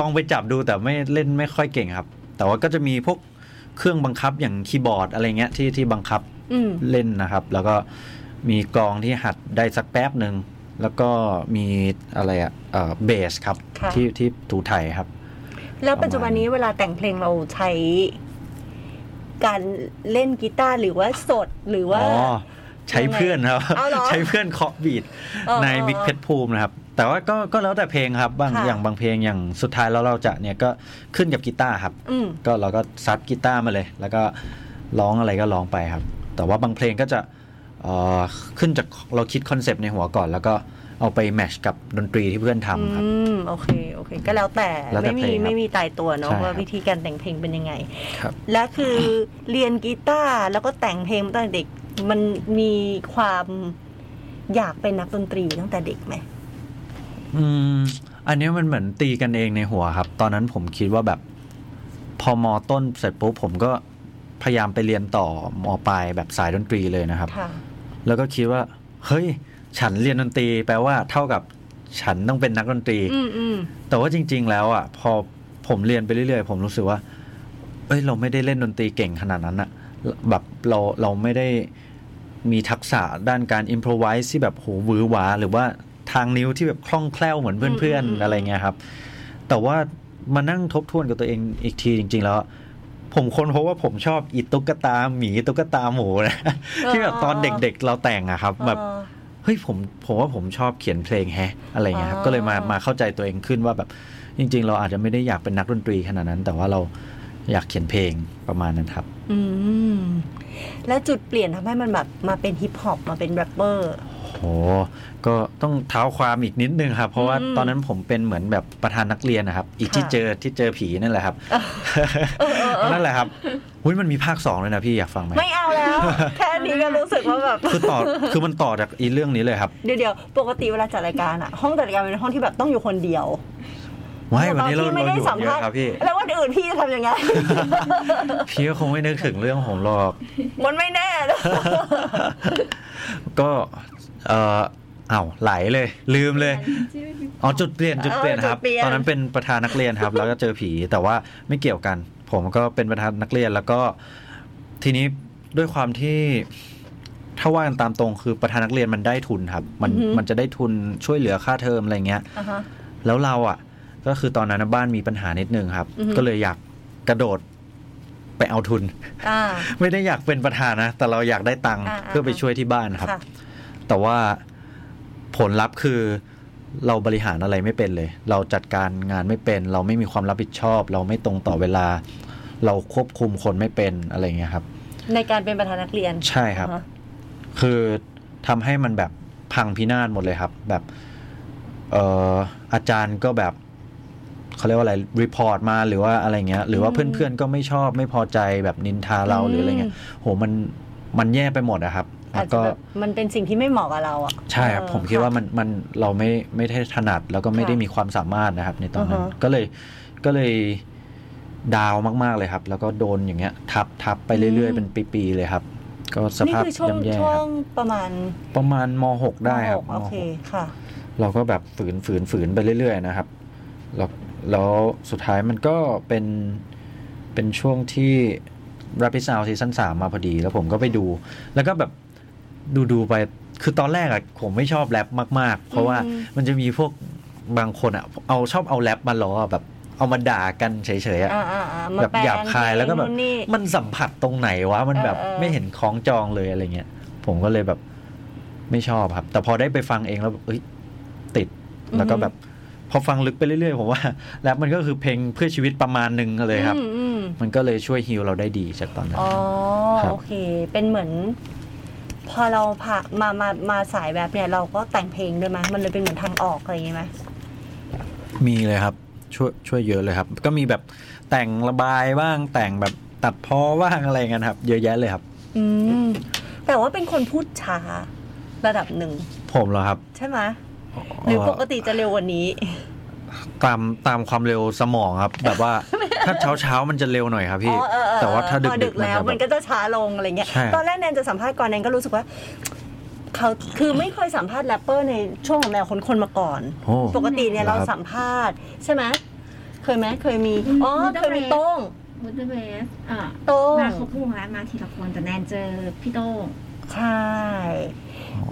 ลองไปจับดูแต่ไม่เล่นไม่ค่อยเก่งครับ แต่ว่าก็จะมีพวกเครื่องบังคับอย่างคีย์บอร์ดอะไรเงี้ยที่ที่บังคับ อืม เล่นนะครับ แล้วก็มีกลองที่หัดได้สักแป๊บหนึ่งแล้วก็มีอะไรอะเอ่อเบสครับ ค่ะ ที่ที่ถูไถครับ แล้วปัจจุบันนี้เวลาแต่งเพลงเราใช้ การเล่นกีตาร์หรือว่าสดหรือว่า อ๋อ ใช้เพื่อนครับ เอาเหรอ ใช้เพื่อนเคาะบีด เออ ใน เออ มิกเพชรภูมินะครับ แต่ว่าก็ก็แล้วแต่เพลงครับบาง ค่ะ อย่างบางเพลงอย่างสุดท้ายแล้วเราจะเนี่ยก็ขึ้นกับกีตาร์ครับ อืม ก็เราก็ซัดกีตาร์มาเลย แล้วก็ร้องอะไรก็ร้องไปครับ แต่ว่าบางเพลงก็จะเอ่อขึ้นจากเราคิดคอนเซปต์ในหัวก่อน แล้วก็เอาไปแมชกับดนตรีที่เพื่อนทำครับ อืมโอเคโอเค ก็แล้วแต่ แล้วแต่ ไม่ เพล มี งครับ ไม่มีตายตัวเนาะ ใช่ครับ ว่าวิธีการแต่งเพลงเป็นยังไง ครับ และคือเรียนกีตาร์แล้วก็แต่งเพลงมาตั้งแต่เด็ก มันมีความอยากเป็นนักดนตรีตั้งแต่เด็กไหม อืมอันนี้มันเหมือนตีกันเองในหัวครับ ตอนนั้นผมคิดว่าแบบพอมอต้นเสร็จปุ๊บผมก็พยายามไปเรียนต่อมอปลายแบบสายดนตรีเลยนะครับ ค่ะ แล้วก็คิดว่า เฮ้ย ฉันเรียนดนตรีแปลว่าเท่ากับฉันต้องเป็นนักดนตรี อืมอืม แต่ว่าจริง ๆ แล้วอ่ะพอผมเรียนไปเรื่อยๆ ผมรู้สึกว่า เอ้ยเราไม่ได้เล่นดนตรีเก่งขนาดนั้นอะแบบเราเราไม่ได้มีทักษะด้านการอิมพรไวส์ที่แบบโหหวือหวา หรือว่าทางนิ้วที่แบบคล่องแคล่วเหมือนเพื่อนๆ อะไรเงี้ยครับ แต่ว่ามานั่งทบทวนกับตัวเองอีกทีจริง ๆ แล้ว ผมค้นพบว่าผมชอบอีตุ๊กตาหมีตุ๊กตาหมูนะ ที่แบบตอนเด็กๆ เราแต่งอะครับแบบ อ๋อ เฮ้ยผมผมว่าผมชอบเขียนเพลงแฮะอะไรอย่างเงี้ยครับ อ๋อ ก็เลยมามาเข้าใจตัวเองขึ้นว่าแบบจริง ๆ เราอาจจะไม่ได้อยากเป็นนักดนตรีขนาดนั้น แต่ว่าเราอยากเขียนเพลงประมาณนั้นครับ อืม แล้วจุดเปลี่ยนทำให้มันแบบมาเป็นฮิปฮอปมาเป็นแรปเปอร์ โหก็ต้องเท้าความอีกนิดนึงครับ เพราะว่า อืม ตอนนั้นผมเป็นเหมือนแบบประธานนักเรียนนะครับ อีก ค่ะ ที่เจอที่เจอผีนั่นแหละครับ นั่นแหละครับหุ้ยมันมีภาคสองเลยนะพี่อยากฟังไหม ไม่เอาแล้ว แค่นี้ก็รู้สึกว่าแบบ คือต่อคือมันต่อจากอีเรื่องนี้เลยครับ เดี๋ยวเดี๋ยวปกติเวลาจัดรายการอะห้องจัดรายการเป็นห้องที่แบบต้องอยู่คนเดียว ไม่วันนี้เรา ตอที่ไม่ เรา ได้ อยู่ สัม เย ภาษ อะ ณ์ ครับพี่ แล้ววันอื่นพี่จะทำยัง ไง พี่ก็คงไม่นึกถึงเรื่องของหรอก มันไม่แน่นะ ก็เอออ้าวไหลเลย ลืมเลย ที่ไม่มี อ๋อจุดเปลี่ยนจุดเปลี่ยนครับ ตอนนั้นเป็นประธานนักเรียน ครับ แล้วก็เจอผีแต่ว่าไม่เกี่ยวกัน ผมก็เป็นประธานนักเรียนแล้วก็ทีนี้ด้วยความที่ถ้าว่ากันตามตรงคือประธานนักเรียนมันได้ทุนครับ มันมันจะได้ทุนช่วยเหลือค่าเทอมอะไรเงี้ย อ่าฮะ แล้วเราอ่ะ ก็คือตอนนั้นนะบ้านมีปัญหานิดนึงครับ อือฮึ ก็เลยอยากกระโดด ไปเอาทุน อ่า ไม่ได้อยากเป็นประธานนะ แต่เราอยากได้ตังค์ อ่าๆ เพื่อไปช่วยที่บ้านครับ ค่ะ แต่ว่าผลลัพธ์คือเราบริหารอะไรไม่เป็นเลย เราจัดการงานไม่เป็น เราไม่มีความรับผิดชอบ เราไม่ตรงต่อเวลา เราควบคุมคนไม่เป็นอะไรอย่างเงี้ยครับ ในการเป็นประธานนักเรียน ใช่ครับ อ่าฮะ คือทำให้มันแบบพังพินาศหมดเลยครับ แบบเอ่ออาจารย์ก็แบบเขาเรียกว่าอะไรรีพอร์ตมาหรือว่าอะไรเงี้ย หรือว่าเพื่อนๆก็ไม่ชอบไม่พอใจแบบนินทาเราหรืออะไรเงี้ยโหมันมันแย่ไปหมดอะครับ อา แล้ จ ว จะ ก็ แบบมันเป็นสิ่งที่ไม่เหมาะกับเราอ่ะ ใช่ครับ เออ ผมคิดว่า ะ มันมันเราไม่ไม่ได้ถนัดแล้วก็ไม่ ค่ะ ได้มีความสามารถนะครับ ในตอนนั้น อือฮะ ก็เลยก็เลยดาวมากๆเลยครับ แล้วก็โดนอย่างเงี้ย ทับทับไปเรื่อย ๆ เป็นปีๆเลยครับ ก็ส นี่ ภาพ คือช่วง ย่ำแย่ ช่ว ค ง รับ ประมาณ ประมาณม .6 ได้ครัมบหกโอ ม เค หก ค่ะ เราก็แบบฝืนฝืนฝืนไปเรื่อย ๆ นะครับ แล้วแล้วสุดท้ายมันก็เป็นเป็นช่วงที่ Rapid Sound ซีซั่นสามมาพอดี แล้วผมก็ไปดู แล้วก็แบบดูดูๆไปคือตอนแรกอะผมไม่ชอบแรปมาก ๆ เพราะว่า อืม มันจะมีพวกบางคนอะเอาชอบเอาแรปมาล้อแบบ เอามาด่ากันเฉยๆอะ อ่าอ่าอ่ามา แบบ ปล หยาบคายแล้วก็แบบ นู่นนี่ มันสัมผัสตรงไหนวะ มันแบบ เออเออ ไม่เห็นคล้องจองเลยอะไรเงี้ยผมก็เลยแบบไม่ชอบครับ แต่พอได้ไปฟังเองแล้วแบบเอ้ยติดแล้วก็แบบ พอฟังลึกไปเรื่อยๆ ผมว่าแรปมันก็คือเพลงเพื่อชีวิตประมาณหนึ่งเลยครับ อืมอืม มันก็เลยช่วยฮิลเราได้ดีจากตอนนั้น อ๋อ ครับ โอเค เป็นเหมือน พอเราผ่ามามามาสายแบบเนี่ยเราก็แต่งเพลงด้วยมั้ยมันเลยเป็นเหมือนทางออกอะไรอย่างงี้ไหมย มีเลยครับ ช่วยช่วยเยอะเลยครับ ก็มีแบบแต่งระบายบ้างแต่งแบบตัดเพ้อบ้างอะไรเงี้ยครับ เยอะแยะเลยครับ อืม แต่ว่าเป็นคนพูดช้าระดับหนึ่ง ผมเหรอครับ ใช่ไหมหรือปก เอ่อ ติจะเร็วกว่านี้ ตามตามความเร็วสมองครับ แบบว่าถ้าเช้าเช้าๆมันจะเร็วหน่อยครับ อ๋ พี่ อเออเออ แต่ว่าถ้า พ ดึ อก ดึก ๆมัน แล้ว จะแบ มัน บ ก็จะช้าลงอะไรเงี้ย ใช่ ตอนแรกแนนจะสัมภาษณ์ก่อนแนนก็รู้สึกว่า เขาคือไม่เคยสัมภาษณ์แรปเปอร์ในช่วงของแนวคนคนๆมาก่อน โอ้ ปกติเนี่ย เหร เรา อครับ สัมภาษณ์ใช่ไหมเคยไหมเคยมี อืม อ๋อ ไม่ต้อง เคยมี เลย โต้ง วุ้นเดอะเบสอ่ะ โต้ง มาครบวงแล้วมาทีละคนแต่แนนเจอพี่โต้ง ใช่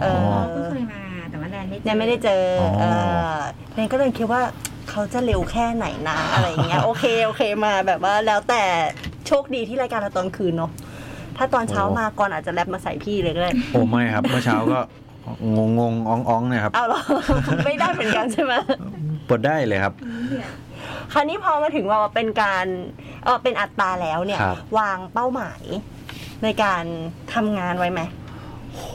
เอ อ๋อ อ ก็เคยมาแต่ว่าแนนไม่ แนนไม่ได้เจออ อ เออแนนก็เลยคิดว่าเขาจะเร็วแค่ไหน นะอะไรอย่างเงี้ย โอเคโอเคมาแบบว่าแล้วแต่โชคดีที่รายการเราตอนคืนเนาะถ้าตอนเช้ามาก่อนอาจจะแรปมาใส่พี่เลยก็ ได้ โอ้ไม่ครับเมื่อเช้าก็งงงๆอ้องๆเนะครับ เอาเหรอ ไม่ได้เหมือนกันใช่ไหม ปลดได้เลยครับ เนี่ย คราวนี้พอมาถึงว่าเป็นการเออเป็นอัตราแล้วเนี่ย ครับ วางเป้าหมายในการทำงานไว้ไหม โห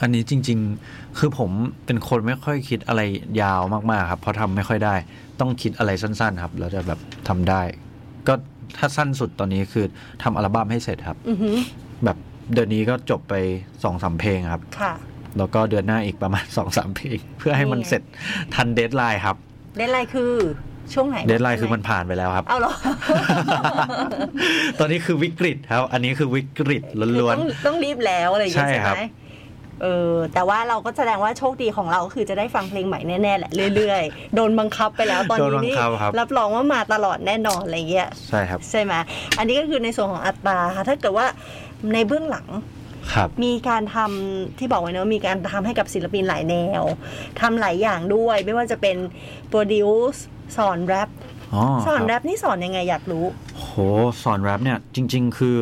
อันนี้จริง ๆ คือผมเป็นคนไม่ค่อยคิดอะไรยาวมากๆครับ เพราะทำไม่ค่อยได้ ต้องคิดอะไรสั้น ๆ ครับแล้วจะแบบทำได้ ก็ถ้าสั้นสุดตอนนี้คือทำอัลบั้มให้เสร็จครับ อือหือ แบบเดือนนี้ก็จบไปสองสามเพลงครับ ค่ะ แล้วก็เดือนหน้าอีกประมาณ สองสามเพลง เพื่อให้มัน นี่ไง เสร็จทันเดทไลน์ครับ เดทไลน์คือช่วงไหน เดทไลน์คือมันผ่านไปแล้วครับ เอาเหรอ ตอนนี้คือวิกฤตครับ อันนี้คือวิกฤตล้วน คือต้องต้องรีบแล้วอะไรอย่างเงี้ย ใช่ ใช่ ครับ ไหมเออแต่ว่าเราก็แสดงว่าโชคดีของเราก็คือจะได้ฟังเพลงใหม่แน่ๆแหละเรื่อยๆ โดนบังคับไปแล้วตอน ๆโดน นี้ บัง นี่ คับครับ รับรองว่ามาตลอดแน่นอนอะไรเงี้ย ใช่ครับ ใช่ไหมอันนี้ก็คือในส่วนของอัตราค่ะถ้าเกิดว่าในเบื้องหลัง ครับ มีการทำที่บอกไว้เนอะมีการทำให้กับศิลปินหลายแนวทำหลายอย่างด้วย ไม่ว่าจะเป็นโปรดิวส์สอนแรป อ๋อ สอน คบ แรปนี่สอนยังไงอยากรู้ โหสอนแรปเนี่ยจริง ๆ คือ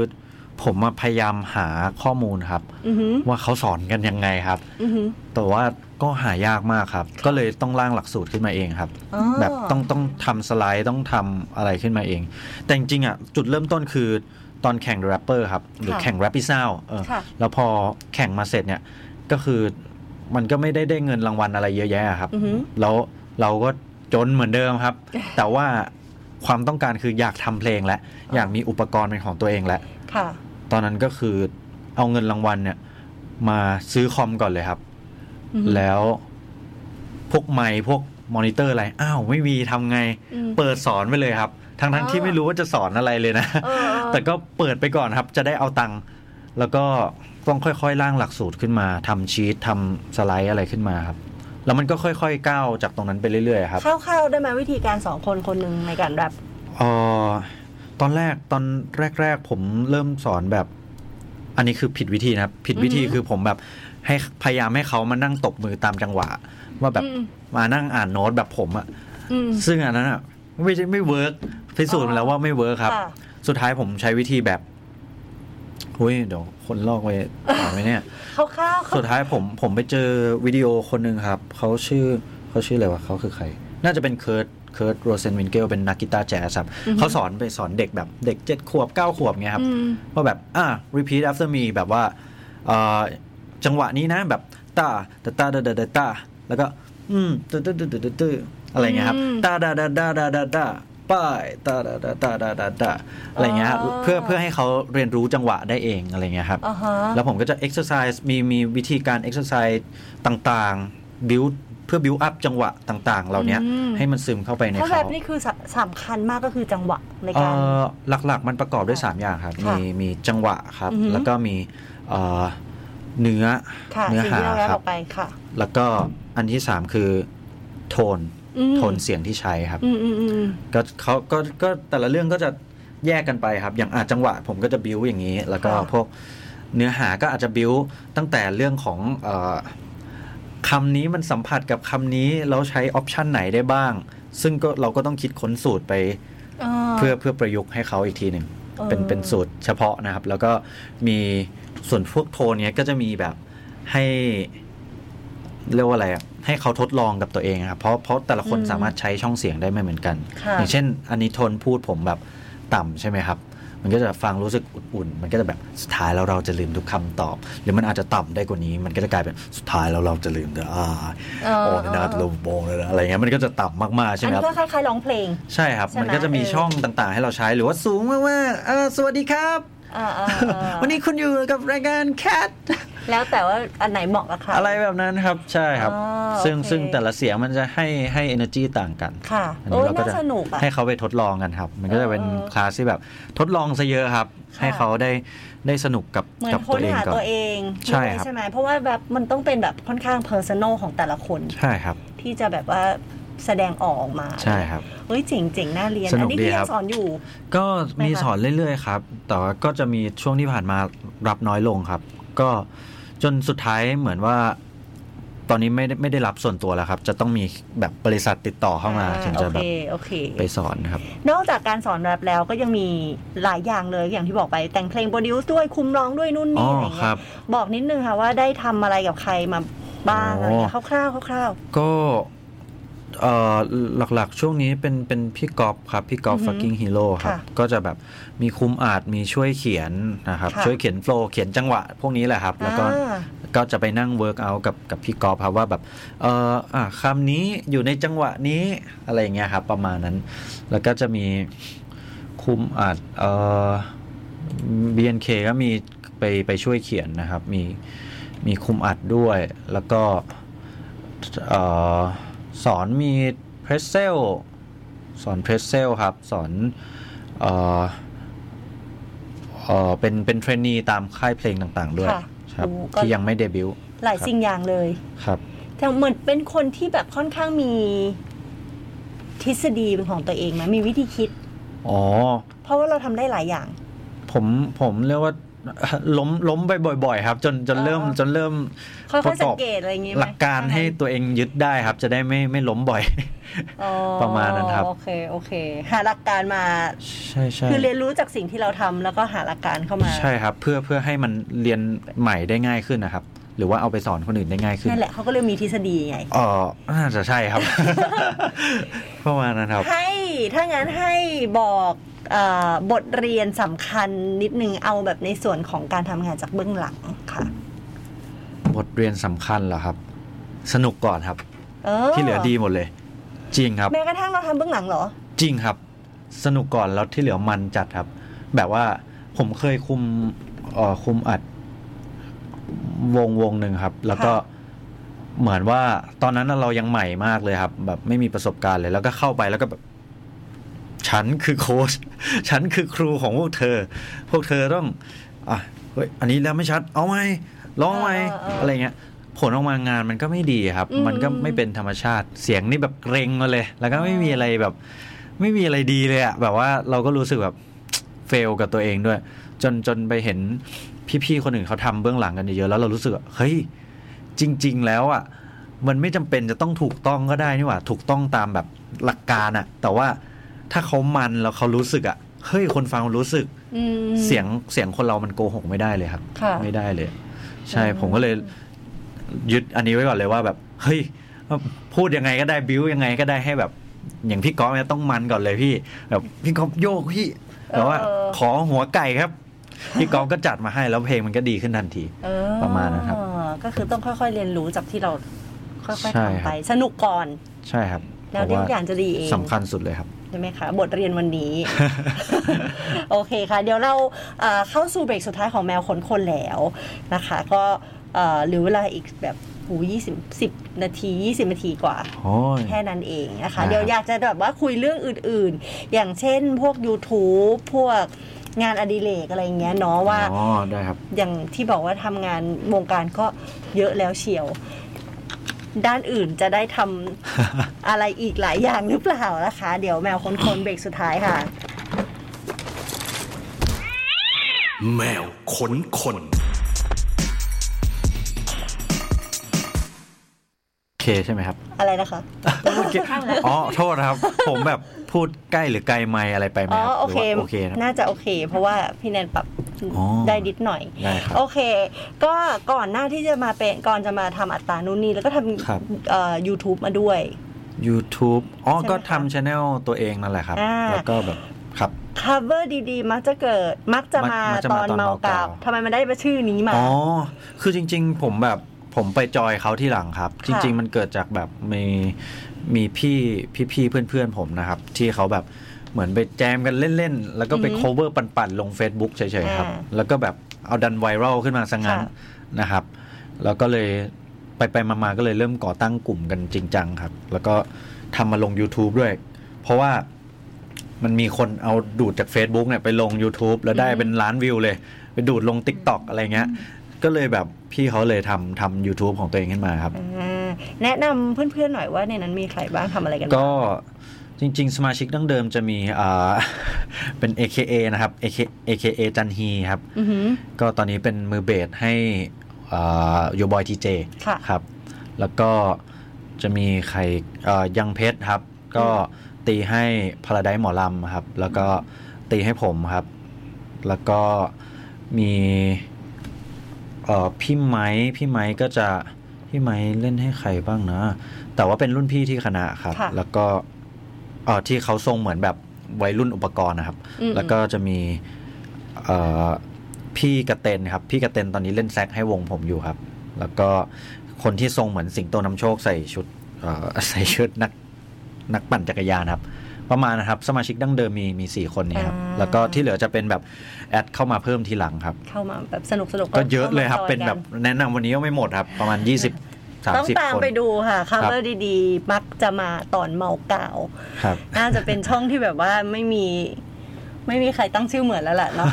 ผมมาพยายามหาข้อมูลครับ อือหือ ว่าเขาสอนกันยังไงครับ อือหือ แต่ว่าก็หายากมากครับ ก็เลยต้องร่างหลักสูตรขึ้นมาเองครับ อ๋อ แบบต้องต้องทำสไลด์ต้องทำอะไรขึ้นมาเอง แต่จริงๆอ่ะจุดเริ่มต้นคือตอนแข่งแรปเปอร์ครับ หรือ ค่ะ แข่งแรปปี้ซาวเออ ค่ะ แล้วพอแข่งมาเสร็จเนี่ยก็คือมันก็ไม่ได้ได้เงินรางวัลอะไรเยอะแยะครับ อือหือ แล้วเราก็จนเหมือนเดิม ครับ แต่ว่าความต้องการคืออยากทำเพลงและ อยากมีอุปกรณ์เป็นของตัวเองและ ค่ะ ตอนนั้นก็คือเอาเงินรางวัลเนี่ย มาซื้อคอมก่อนเลยครับ อือหือ แล้ว พวกไมค์พวกมอนิเตอร์อะไร อ้าว ไม่มีทำไง อืม เปิดสอนไปเลยครับ ทั้งทั้งๆที่ อ๋อ ไม่รู้ว่าจะสอนอะไรเลยนะ เออเออ แต่ก็เปิดไปก่อนครับ จะได้เอาตังค์แล้วก็ต้องค่อยๆร่างหลักสูตรขึ้นมาทำชีตทำสไลด์อะไรขึ้นมาครับ แล้วมันก็ค่อยๆก้าวจากตรงนั้นไปเรื่อยๆครับ คร่าวๆได้ไหมวิธีการสองคนคนหนึ่งในการแรป เออตอนแรกตอนแรก ๆ ผมเริ่มสอนแบบ อันนี้คือผิดวิธีนะครับ ผิดวิธีคือผมแบบให้พยายามให้เขามานั่งตบมือตามจังหวะ ว่าแบบมานั่งอ่านโน้ตแบบผมอะ อืม ซึ่งอันนั้นอะไม่ใช่ไม่เวิร์กพิสูจน์มาแล้วว่าไม่เวิร์กครับ ค่ะ สุดท้ายผมใช้วิธีแบบอุ้ยเดี๋ยวคนลอกไปถามไหมเนี่ย คร่าวๆเขา สุดท้ายผมผมไปเจอวิดีโอคนหนึ่งครับ เขาชื่อเขาชื่ออะไรวะเขาคือใคร น่าจะเป็นเคิร์ตเคิร์ตโรเซนวินเกลเป็นนักกีตาร์แจ๊สครับเขาสอนไปสอนเด็กแบบเด็กเจ็ดขวบเก้าขวบเงี้ยครับ อืม ว่าแบบ อ่า repeat after me แบบว่าเอ่อจังหวะนี้นะ แบบตาตาตาดาดาดาตาแล้วก็ อืมตึ๊ดตึ๊ดตึ๊ดตึ๊ดตึ๊ดตึ๊ดอะไรเงี้ยครับ อืม ตาดาดาดาดาดาดาป้ายตาดาดาดาดาดาดาอะไรเงี้ยครับ อ๋อ เพื่อเพื่อให้เขาเรียนรู้จังหวะได้เองอะไรเงี้ยครับ อ่าฮะ แล้วผมก็จะ exercise มีมีวิธีการ exercise ต่างๆ build เพื่อ build up จังหวะต่างๆ เหล่าเนี้ย อืม ให้มันซึมเข้าไปใน เพราะแบ เขา บนี่คือสำสำคัญมากก็คือจังหวะในการ เอ่อหลักๆมันประกอบด้วย ค่ะ 3 อย่างครับ ค่ะ มีมีจังหวะครับ อือหือ แล้วก็มีเอ่อเนื้อ ค่ะ เนื้อ สิ่งที่หาเราได้ ค อ รั อบ กไปค่ะ แล้วก็อันที่ 3 คือโทน อืม โทนเสียงที่ใช้ครับ อืมอืมอืม ก็เขาก็ก็แต่ละเรื่องก็จะแยกกันไปครับ อย่างอาจังหวะผมก็จะบิวอย่างนี้ แล้วก็ ค่ะ พวกเนื้อหาก็อาจจะบิวตั้งแต่เรื่องของเออคำนี้มันสัมผัสกับคำนี้แล้วใช้ออปชันไหนได้บ้าง ซึ่งก็เราก็ต้องคิดค้นสูตรไป เพื่อเพื่อประยุกต์ให้เขาอีกทีหนึ่ง เออ เป็นเป็นสูตรเฉพาะนะครับ แล้วก็มีส่วนพวกโทนเนี้ยก็จะมีแบบให้เรียกว่าอะไรอะให้เขาทดลองกับตัวเองครับเพราะเพราะแต่ละคนสามารถใช้ช่องเสียงได้ไม่เหมือนกัน ค่ะ อย่างเช่น อันนี้โทนพูดผมแบบต่ำใช่ไหมครับ มันก็จะฟังรู้สึกอุ่นๆ มันก็จะแบบสุดท้ายแล้วเราจะลืมทุกคำตอบ หรือมันอาจจะต่ำได้กว่านี้ มันก็จะกลายเป็นสุดท้ายแล้วเราจะลืมเดออ่า เออ โอ้นาดลมโบงเลยนะอะไรเงี้ยมันก็จะต่ำมากๆใช่ อันนี้ไหมครับ ก็คล้ายๆร้องเพลง ใช่ครับ ใช่ไหม มันก็จะมี เออ ช่องต่างๆ ให้เราใช้หรือว่าสูงมากๆเอ่อสวัสดีครับ อ่าอ่าอ่า วันนี้คุณอยู่กับรายการ Cat แล้วแต่ว่าอันไหนเหมาะกับใคร อะไรแบบนั้นครับ ใช่ครับ อ๋อ ซึ่ง โอเค ซึ่งแต่ละเสียงมันจะให้ให้ energy ต่างกัน ค่ะ อัน โอ้ยนี้เราก็ น่า จะ สนุกอ่ะ ให้เขาไปทดลองกันครับ มันก็จะเป็น เออ คลาสที่แบบทดลองซะเยอะครับ ค่ะ ให้เขาได้ได้สนุกกับ เหมือ กัน บ ค้นตัวเอง หา ก่อน ตัวเอง ใช่ครับ ไหมเพราะว่าแบบมันต้องเป็นแบบค่อนข้างเพอร์ซันอลของแต่ละคน ใช่ครับ ที่จะแบบว่าแสดงออกมา ใช่ครับ เฮ้ยเจ๋งๆน่าเรียน สอันุก นี้ ดี พี่ ค ยั รับ งสอนอยู่ ก็มี ไหมคะ สอนเรื่อยๆครับ แต่ว่าก็จะมีช่วงที่ผ่านมารับน้อยลงครับ ก็จนสุดท้ายเหมือนว่า ตอนนี้ไม่ได้ไม่ได้รับส่วนตัวแล้วครับ จะต้องมีแบบบริษัทติดต่อเข้ามา อ่ ถึงจะ โอ แบ เค บ โอเค ไปสอนครับ นอกจากการสอนแรปแล้วก็ยังมีหลายอย่างเลยอย่างที่บอกไปแต่งเพลงโปรดิวซ์ด้วยคุมร้องด้วยนู่น อ๋อ นี่อะไร ค เงี้ รั ย บ บอกนิดนึงค่ะว่าได้ทำอะไรกับใครมาบ้าง โอ้ อะไรเงี้ยคร่าวๆคร่าว ก็เอ่อหลักๆ ช่วงนี้เป็นเป็นพี่กอฟครับ พี่กอฟ อือหื ฟั อก กิ้งฮีโร่ครับ ค่ะ ก็จะแบบมีคุมอาจมีช่วยเขียนนะครับ ค่ะ ช่วยเขียนโฟล์เขียนจังหวะ พวกนี้แหละครับ ๆ แล้วก็ อ่า ก็จะไปนั่งเวิร์กเอากับกับพี่กอล์ฟครับว่าแบบเอออ่ะคำนี้อยู่ในจังหวะนี้อะไรอย่างเงี้ยครับ ประมาณนั้น แล้วก็จะมีคุมอัดเออ BNK ก็มีไปไปช่วยเขียนนะครับ มีมีคุมอัดด้วย แล้วก็เออสอนมีเพรสเซลสอนเพรสเซลครับ สอนเออเออเป็นเป็นเทรนนีตามค่ายเพลงต่างๆ ด้วย ค่ะ ครับ โอ้ก็ ที่ยังไม่เดบิวต์ หลายสิ่งอย่างเลย ครับ แต่เหมือนเป็นคนที่แบบค่อนข้างมีทฤษฎีเป็นของตัวเองไหมมีวิธีคิด อ๋อ เพราะว่าเราทำได้หลายอย่าง ผมผมเรียกว่า ล้มล้มไปบ่อย ๆ ครับ จนจน อ๋อ เริ่มจนเริ่ม ค่ ป อ ระ ย ก ๆสั อบ งเกตอะไรอย่างงี้ หลักการให้ตัวเองยึดได้ครับ จะได้ไม่ไม่ล้มบ่อย อ๋อ ประมาณนั้นครับ โอเคโอเค หาหลักการมา ใช่ใช่ คือเรียนรู้จากสิ่งที่เราทำแล้วก็หาหลักการเข้ามา ใช่ครับ เพื่อเพื่อให้มันเรียนใหม่ได้ง่ายขึ้นนะครับ หรือว่าเอาไปสอนคนอื่นได้ง่ายขึ้น นั่นแหละเขาก็เลยมีทฤษฎีไง เออน่าจะใช่ครับ ประมาณนั้นครับ ให้ถ้างั้นให้บอกเออบทเรียนสำคัญนิดนึงเอาแบบในส่วนของการทำงานจากเบื้องหลังค่ะ บทเรียนสำคัญเหรอครับ สนุกก่อนครับ ที่เหลือดีหมดเลย จริงครับ แม้กระทั่งเราทำเบื้องหลังเหรอ จริงครับ สนุกก่อนแล้วที่เหลือมันจัดครับ แบบว่าผมเคยคุมเอ่อคุมอัดวงวงหนึ่งครับ แล้วก็ ค่ะ เหมือนว่าตอนนั้นน่ะเรายังใหม่มากเลยครับ แบบไม่มีประสบการณ์เลย แล้วก็เข้าไปแล้วก็แบบ ฉันคือโค้ช ฉันคือครูของพวกเธอ พวกเธอต้องอ่ะเฮ้ยอันนี้แล้วไม่ชัด เอาไหมร้องไหม เออเออเอออ อะไรเงี้ย ผลออกมางานมันก็ไม่ดีครับ อืม มันก็ไม่เป็นธรรมชาติ เสียงนี่แบบเกรงมาเลย แล้วก็ไม่มีอะไรแบบ ไม่มีอะไรดีเลยอะแบบว่าเราก็รู้สึกแบบ เฟลกับตัวเองด้วย จนจนไปเห็นพี่ๆคนอื่นเขาทำเบื้องหลังกันเยอะๆแล้วเรารู้สึกว่าเฮ้ยจริง ๆ แล้วอะมันไม่จำเป็นจะต้องถูกต้องก็ได้นี่หว่า ถูกต้องตามแบบหลักการอะแต่ว่าถ้าเขามันแล้วเขารู้สึกอะ เฮ้ยคนฟังรู้สึก อืม เสียงเสียงคนเรามันโกหกไม่ได้เลยครับ ค่ะ ไม่ได้เลย ใช่ อืม ผมก็เลยยึดอันนี้ไว้ก่อนเลยว่าแบบ เฮ้ย พูดยังไงก็ได้บิวยังไงก็ได้ให้แบบ อย่างพี่ก๊อฟเนี่ยต้องมันก่อนเลยพี่ แบบพี่ก๊อฟโยกพี่แต่ว่า เออ ขอหัวไก่ครับ พี่ก๊อฟก็จัดมาให้แล้วเพลงมันก็ดีขึ้นทันที เออ ประมาณนั้นครับ ก็คือต้องค่อยๆเรียนรู้จากที่เราค่อย ใช่ ๆทำไป ครับ สนุกก่อน ใช่ครับ แล้ว ผม ทุกอย่างจะดีเอง สำคัญสุดเลยครับ ใช่ไหมคะ บทเรียนวันนี้ โอเคค่ะ เดี๋ยวเราเอ่อเข้าสู่เบรกสุดท้ายของแมวขนคนแล้วนะคะ ก็เอ่อเหรือเวลาอีกแบบหูยี่สิบสิบนาทียี่สิบนาทีกว่า โอ้ย แค่นั้นเองนะ ครั คะ บ เดี๋ยวอยากจะแบบว่าคุยเรื่องอื่นๆ อย่างเช่นพวก YouTube พวกงานอดิเรกอะไรอย่างเงี้ยเนาะว่า อ๋อได้ครับ อย่างที่บอกว่าทำงานวงการก็เยอะแล้วเชียว ด้านอื่นจะได้ทำ อะไรอีกหลายอย่างหรือเปล่านะคะ เดี๋ยวแมวคนคนๆเบรกสุดท้ายค่ะ แมวขนคน โอเคใช่ไหมครับ อะไรนะคะ อ๋อโทษนะครับ ผมแบบพูดใกล้หรือไกลไม่อะไรไปไหม อ๋อ ครับ โอเคหรืว่าโอเคนะ น่าจะโอเค เพราะว่าพี่แนนปรับ อ๋อ ได้นิดหน่อย ได้ครับ โอเค ก็ก่อนหน้าที่จะมาเป็นก่อนจะมาทำอัตรานู่นนี่แล้วก็ท ครับ ำเอ่อ YouTube มาด้วย YouTube อ๋อ ใช่ไหม ก็ คะ ทำช anel ตัวเองนั่นแหละครับ อ่า แล้วก็แบบครับ cover ดีๆ มักจะเกิด มักจะ มัก มา มักจะ ต มา อน ตอน เมา เมา เก่า เก่า ทำไมมันได้ชื่อนี้มา อ๋อ คือจริง ๆ ผมแบบผมไปจอยเขาที่หลังครับ จ ค่ะ ริง ๆ มันเกิดจากแบบมีมีพี่พี่พี่เพื่อนเพื่อนๆผมนะครับ ที่เขาแบบเหมือนไปแจมกันเล่น ๆ แล้วก็ไป อือหือ cover ปั่นๆลง Facebook เฉย ๆ ครับ อ่า แล้วก็แบบเอาดันไวรัลขึ้นมาซะงั้น ค่ะ นะครับ แล้วก็เลยไปไปมามาก็เลยเริ่มก่อตั้งกลุ่มกันจริงจังครับ แล้วก็ทำมาลง YouTube ด้วย เพราะว่ามันมีคนเอาดูดจาก Facebook เนี่ยไปลง YouTube แล้วได้ อืม เป็นล้านวิวเลย ไปดูดลง TikTok อะไรเงี้ย ก็เลยแบบพี่เขาเลยทำทำ YouTube ของตัวเองขึ้นมาครับ อ่าแนะนำเพื่อนๆหน่อยว่าในนั้นมีใครบ้างทำอะไรกันบ้าง ก็จริง ๆ สมาชิกดั้งเดิมจะมีอ่า เป็น AKA นะครับ AK AKA จันฮีครับ อือหือ ก็ตอนนี้เป็นมือเบสให้ยูบอยทีเจ ค่ะ ครับ แล้วก็จะมีใครอ่ายังเพชรครับ ก็ตีให้พาราไดหมอลำครับ แล้วก็ตีให้ผมครับ แล้วก็มีเอ่อพี่ไม้พี่ไม้ก็จะพี่ไม้เล่นให้ใครบ้างนะ แต่ว่าเป็นรุ่นพี่ที่คณะครับ ค่ะ แล้วก็เอ่อที่เขาทรงเหมือนแบบวัยรุ่นอุปกรณ์นะครับ อืม แล้วก็จะมีเอ่อพี่กระเตนครับ พี่กระเตนตอนนี้เล่นแซกให้วงผมอยู่ครับ แล้วก็คนที่ทรงเหมือนสิงโตนำโชคใส่ชุดเอ่อ ใส่ชุดนักนักปั่นจักรยานครับ ประมาณนะครับ สมาชิกดั้งเดิมมีมีสี่คนเนี่ยครับ อ่า แล้วก็ที่เหลือจะเป็นแบบแอดเข้ามาเพิ่มทีหลังครับ เข้ามาแบบสนุกสนุก ก็เยอะเลยครับ ข้ามาจ เป็นแบบแนะนำวันนี้ก็ไม่หมดครับ ประมาณ 20 กันต้องตาม 30 คน ไปดูค่ะ ครั คั บ เวอร์ดีๆ มักจะมาตอนเมาเก่า ครับ น่าจะเป็นช่องที่แบบว่าไม่มี ไม่มีใครตั้งชื่อเหมือนแล้วแหละเนาะ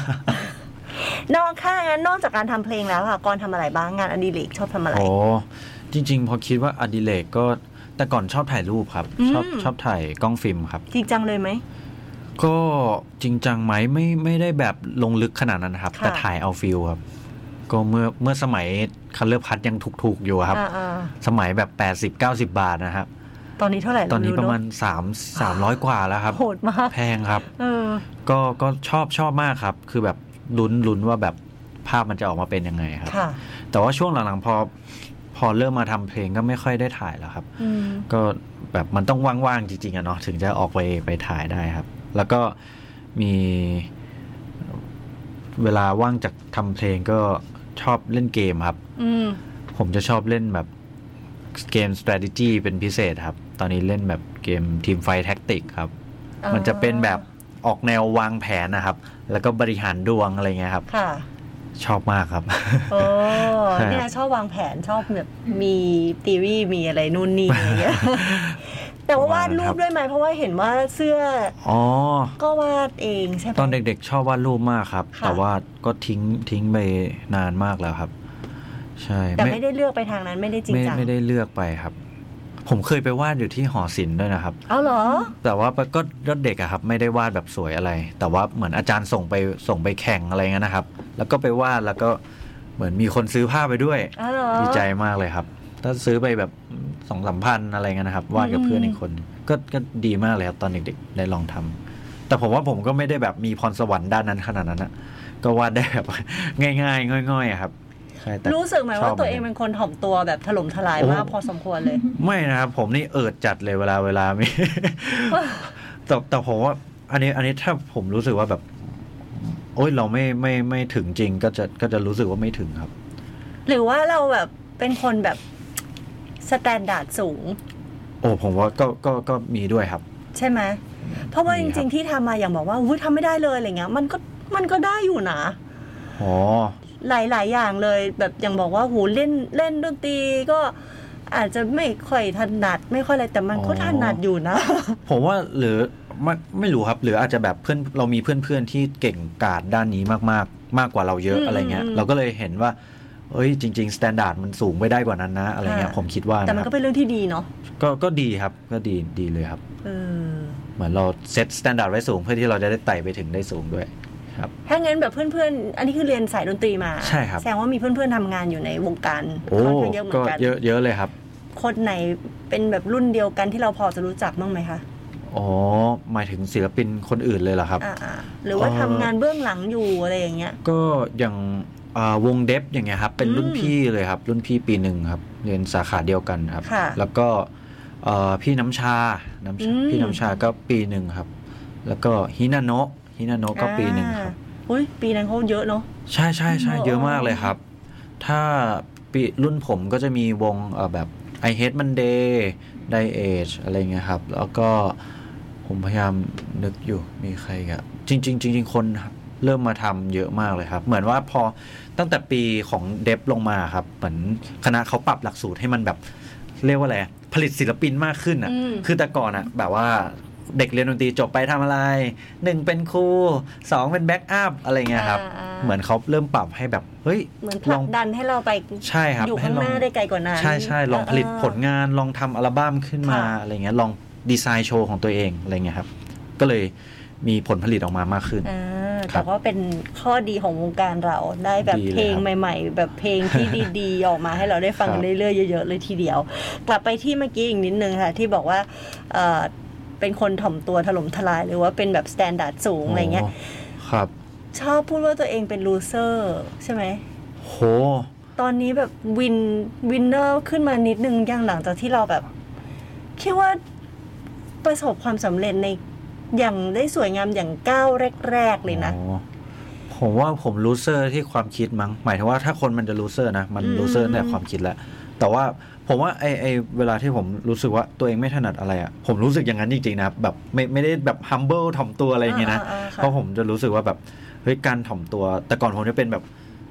นอกค่ะงั้นนอกจากการทำเพลงแล้วค่ะกรทำอะไรบ้างงานอดิเรกชอบทำอะไร โอ้จริง ๆ พอคิดว่าอดิเรกก็แต่ก่อนชอบถ่ายรูปครับ ชอบ อืม ชอบถ่ายกล้องฟิล์มครับ จริงจังเลยไหม ก็จริงจังไหมไม่ไม่ได้แบบลงลึกขนาดนั้นนะครับ ค่ะ แต่ถ่ายเอาฟิลครับ ก็เมื่อเมื่อสมัยคัลเลอร์พัดยังถูกๆ อยู่ครับ อ่า สมัยแบบ 80-90 บาทนะครับ ๆตอนนี้เท่าไหร่เ ตอนนี้ประมาณ เ 3 300 กว่าแล้วครับ โหดมาก แพงครับ เออ ก็ก็ชอบชอบมากครับ คือแบบลุ้นลุ้นว่าแบบภาพมันจะออกมาเป็นยังไงครับ ค่ะ แต่ว่าช่วงหลังๆพอพอเริ่มมาทำเพลงก็ไม่ค่อยได้ถ่ายแล้วครับ อืม ก็แบบมันต้องว่างๆจริงๆอะเนาะถึงจะออกไปไปถ่ายได้ครับ แล้วก็มีเวลาว่างจากทำเพลงก็ชอบเล่นเกมครับ อืม ผมจะชอบเล่นแบบเกม strategy เป็นพิเศษครับ ตอนนี้เล่นแบบเกมทีมไฟแท็กติกครับ อ๋อ มันจะเป็นแบบออกแนววางแผนนะครับ แล้วก็บริหารดวงอะไรเงี้ยครับ ค่ะ ชอบมากครับ โอ้ ใช่ครับ เนี่ยชอบวางแผนชอบแบบมีทีรีมีอะไรนู่น นี่อะไรเงี้ยแต่ว่าวาดรูปด้วยไหมเพราะว่าเห็นว่าเสื้อ อ๋อ ก็วาดเองใช่ไหม ตอนเด็กๆ ชอบวาดรูปมากครับ ค่ะ แต่ว่าก็ทิ้งทิ้งไปนานมากแล้วครับ ใช่ แต่ไม่ได้เลือกไปทางนั้นไม่ได้จริง ไม่ จัง ไม่ได้เลือกไปครับ ผมเคยไปวาดอยู่ที่หอศิลป์ด้วยนะครับ เอาเหรอ แต่ว่าก็ก็เด็กอะครับ ไม่ได้วาดแบบสวยอะไร แต่ว่าเหมือนอาจารย์ส่งไปส่งไปแข่งอะไรเงี้ยนะครับ แล้วก็ไปวาดแล้วก็เหมือนมีคนซื้อผ้าไปด้วย เอาเหรอ ดีใจมากเลยครับ ถ้าซื้อไปแบบสองสามพันอะไรเงี้ยนะครับวาดกับเพื่อนอีกคน ก็ก็ดีมากเลยครับตอนเด็กๆ ได้ลองทำ แต่ผมว่าผมก็ไม่ได้แบบมีพรสวรรค์ด้านนั้นขนาดนั้นอะก็วาดได้แบบ ง่ายๆง่อยๆอะครับใช่แต่ รู้สึกไหม ชบ ว่าตัว ห เอ กั ง น เป็นคนถ่อมตัวแบบถล่มทลายมาก โอ้ พอสมควรเลย ไม่นะครับผมนี่เอิดจัดเลยเวลาเวลามี แต่แต่ผมว่า อันนี้ อันนี้ถ้าผมรู้สึกว่าแบบ โอ้ยเราไม่ไม่ไม่ถึงจริงก็จะก็จะรู้สึกว่าไม่ถึงครับ หรือว่าเราแบบเป็นคนแบบสแตนดาร์ดสูง โอ้ผมว่าก็ก็ก็มีด้วยครับ ใช่ไหม เพราะว่าจมีครับ ริง ๆ ที่ทำมาอย่างบอกว่าอุ้ยทำไม่ได้เลยอะไรเงี้ย มันก็มันก็ได้อยู่นะ อ๋อ หลาย ๆ อย่างเลยแบบอย่างบอกว่าหูเล่นเล่นดนตรีก็อาจจะไม่ค่อยถนัด ไม่ค่อยอะไรแต่มันก็ อ๋อ ถนัดอยู่นะ ผมว่าหรือไม่ไม่รู้ครับหรืออาจจะแบบเพื่อนเรามีเพื่อนๆที่เก่งกาดด้านนี้มาก ๆ มากกว่าเราเยอะ อืม อะไรเงี้ย อืม เราก็เลยเห็นว่า เอ้ยจริงๆสแตนดาร์ดมันสูงไปได้กว่านั้นนะ อะไรเงี้ย ค่ะ ผมคิดว่า แต่ นะ มัน ค ก็ รับ เป็นเรื่องที่ดีเนาะ ก็ก็ดีครับก็ดีดีเลยครับ เออ เหมือนเราเซตสแตนดาร์ดไว้สูงเพื่อที่เราจะได้ไต่ไปถึงได้สูงด้วยครับ ถ้างั้นแบบเพื่อน ๆ อันนี้คือเรียนสายดนตรีมา ใช่ครับ แสดงว่ามีเพื่อน ๆทำงานอยู่ในวงการ โอ้ ค่อนข้างเยอะเหมือ ก็ นกัน เยอะเยอะเลยครับ คนไหนเป็นแบบรุ่นเดียวกันที่เราพอจะรู้จักบ้างไหมคะ อ๋อ หมายถึงศิลปินคนอื่นเลยเหรอครับ อ่าๆหรือว่าทำงานเบื้องหลังอยู่อะไรอย่างเงี้ย ก็อย่างอ่าวงเดฟอย่างเงี้ยครับ เป็นรุ่น อืม พี่เลยครับ รุ่นพี่ปีหนึ่งครับ เรียนสาขาเดียวกันครับ ค่ะ แล้วก็เอ่อพี่น้ำชา น้ำชา อืม พี่น้ำชาก็ปีหนึ่งครับ แล้วก็ฮินาโนะฮินาโนะก็ปีหนึ่งครัอ่าบอุ้ยปีนั้นเขาเยอะเนาะ ใช่ใช่ใช่ โอ้ เยอะมากเลยครับ ถ้าปีรุ่นผมก็จะมีวงเอ่อแบบ I Hate Monday Die Age อะไรเงี้ยครับ แล้วก็ผมพยายามนึกอยู่มีใครอีกับจริงจริงๆจริงๆคนเริ่มมาทำเยอะมากเลยครับ เหมือนว่าพอตั้งแต่ปีของเดฟลงมาครับ เหมือนคณะเขาปรับหลักสูตรให้มันแบบ เรียกว่าอะไรอะผลิตศิลปินมากขึ้นอ่ะ อืม คือแต่ก่อนอะแบบว่าเด็กเรียนดนตรีจบไปทำอะไรหนึ่งเป็นครูสองเป็นแบ็กอัพอะไรเงี้ยครับ อ่าๆ เหมือนเขาเริ่มปรับให้แบบเฮ้ย เหมือนผลักดันให้เราไป ใช่ครับ อยู่ข้างหน้า ให้ล ได้ไกลกว่านั้น ใช่ใช่ลองผลิต เ ผลงานลองทำอัลบั้มขึ้นมา ค่ะ อะไรเงี้ยลองดีไซน์โชว์ของตัวเองอะไรเงี้ยครับ ก็เลยมีผลผลิตออกมามากขึ้น อ่า ครั แต่ บ ว่าเป็นข้อดีของวงการเราได้แบบ ดีเลย เพลง ครับ ใหม่ ๆ แบบเพลงที่ดี ๆ ออกมาให้เราได้ฟัง ครับ เรื่อยๆเยอะๆเลยทีเดียว กลับไปที่เมื่อกี้อีกนิดนึงค่ะ ที่บอกว่าเอ่อเป็นคนถ่อมตัวถล่มทลาย หรือว่าเป็นแบบสแตนดาร์ดสูงอะไรเงี้ย ครับ ชอบพูดว่าตัวเองเป็นลูเซอร์ใช่ไหม โห ตอนนี้แบบวินวินเนอร์ขึ้นมานิดนึงยังหลังจากที่เราแบบ คิดว่าประสบความสำเร็จในอย่างได้สวยงามอย่างก้าวแรก ๆ เลยนะ อ๋อผมว่าผมรู้เซอร์ที่ความคิดมั้ง หมายถึงว่าถ้าคนมันจะรู้เซอร์นะ มัน อืม รู้เซอร์แต่ความคิดแหละ แต่ว่าผมว่าไอไอเวลาที่ผมรู้สึกว่าตัวเองไม่ถนัดอะไรอะ่ะ ผมรู้สึกอย่างนั้นจริงๆนะแบบไม่ไม่ได้แบบ humble ถ่อมตัวอะไรอย่างเงี้ยนะ อ่าๆๆค่ เพราะผมจะรู้สึกว่าแบบเฮ้ยการถ่อมตัว แต่ก่อนผมจะเป็นแบบ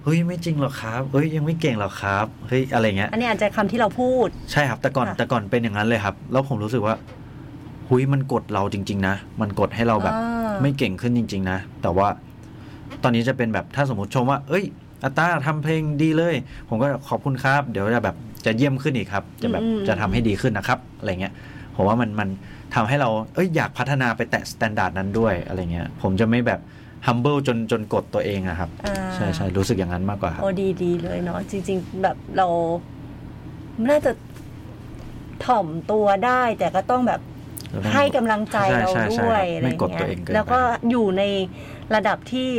เฮ้ยไม่จริงหรอกครับเฮ้ยยังไม่เก่งหรอกครับเฮ้ยอะไรเงี้ย อันนี้อาจจะคำที่เราพูด ใช่ครับแต่ก่อน ค่ะ แต่ก่อนเป็นอย่างนั้นเลยครับ แล้วผมรู้สึกว่าหุยมันกดเราจริง ๆ นะ มันกดให้เราแบบ อ่า ไม่เก่งขึ้นจริง ๆ นะ แต่ว่าตอนนี้จะเป็นแบบถ้าสมมติชมว่า เอ้ยอาตาทำเพลงดีเลย ผมก็ขอบคุณครับ เดี๋ยวจะแบบจะเยี่ยมขึ้นอีกครับ จะแบบ อืม จะทำให้ดีขึ้นนะครับอะไรเงี้ยผมว่ามันมันทำให้เราเอ้ยอยากพัฒนาไปแตะสแตนดาร์ดนั้นด้วยอะไรเงี้ย ผมจะไม่แบบ humble จนจนกดตัวเองอะครับ อ่า ใช่ใช่รู้สึกอย่างนั้นมากกว่าครับ โอ้ดีดีเลยเนาะจริง ๆ แบบเราน่าจะถ่อมตัวได้แต่ก็ต้องแบบ ให้กำลังใจเรา ใช่ใช่ ด้วยอะใช่ครับไร ไม่กด เงี้ ตัวเอย งเกินไป แล้วก็อยู่ในระดับที่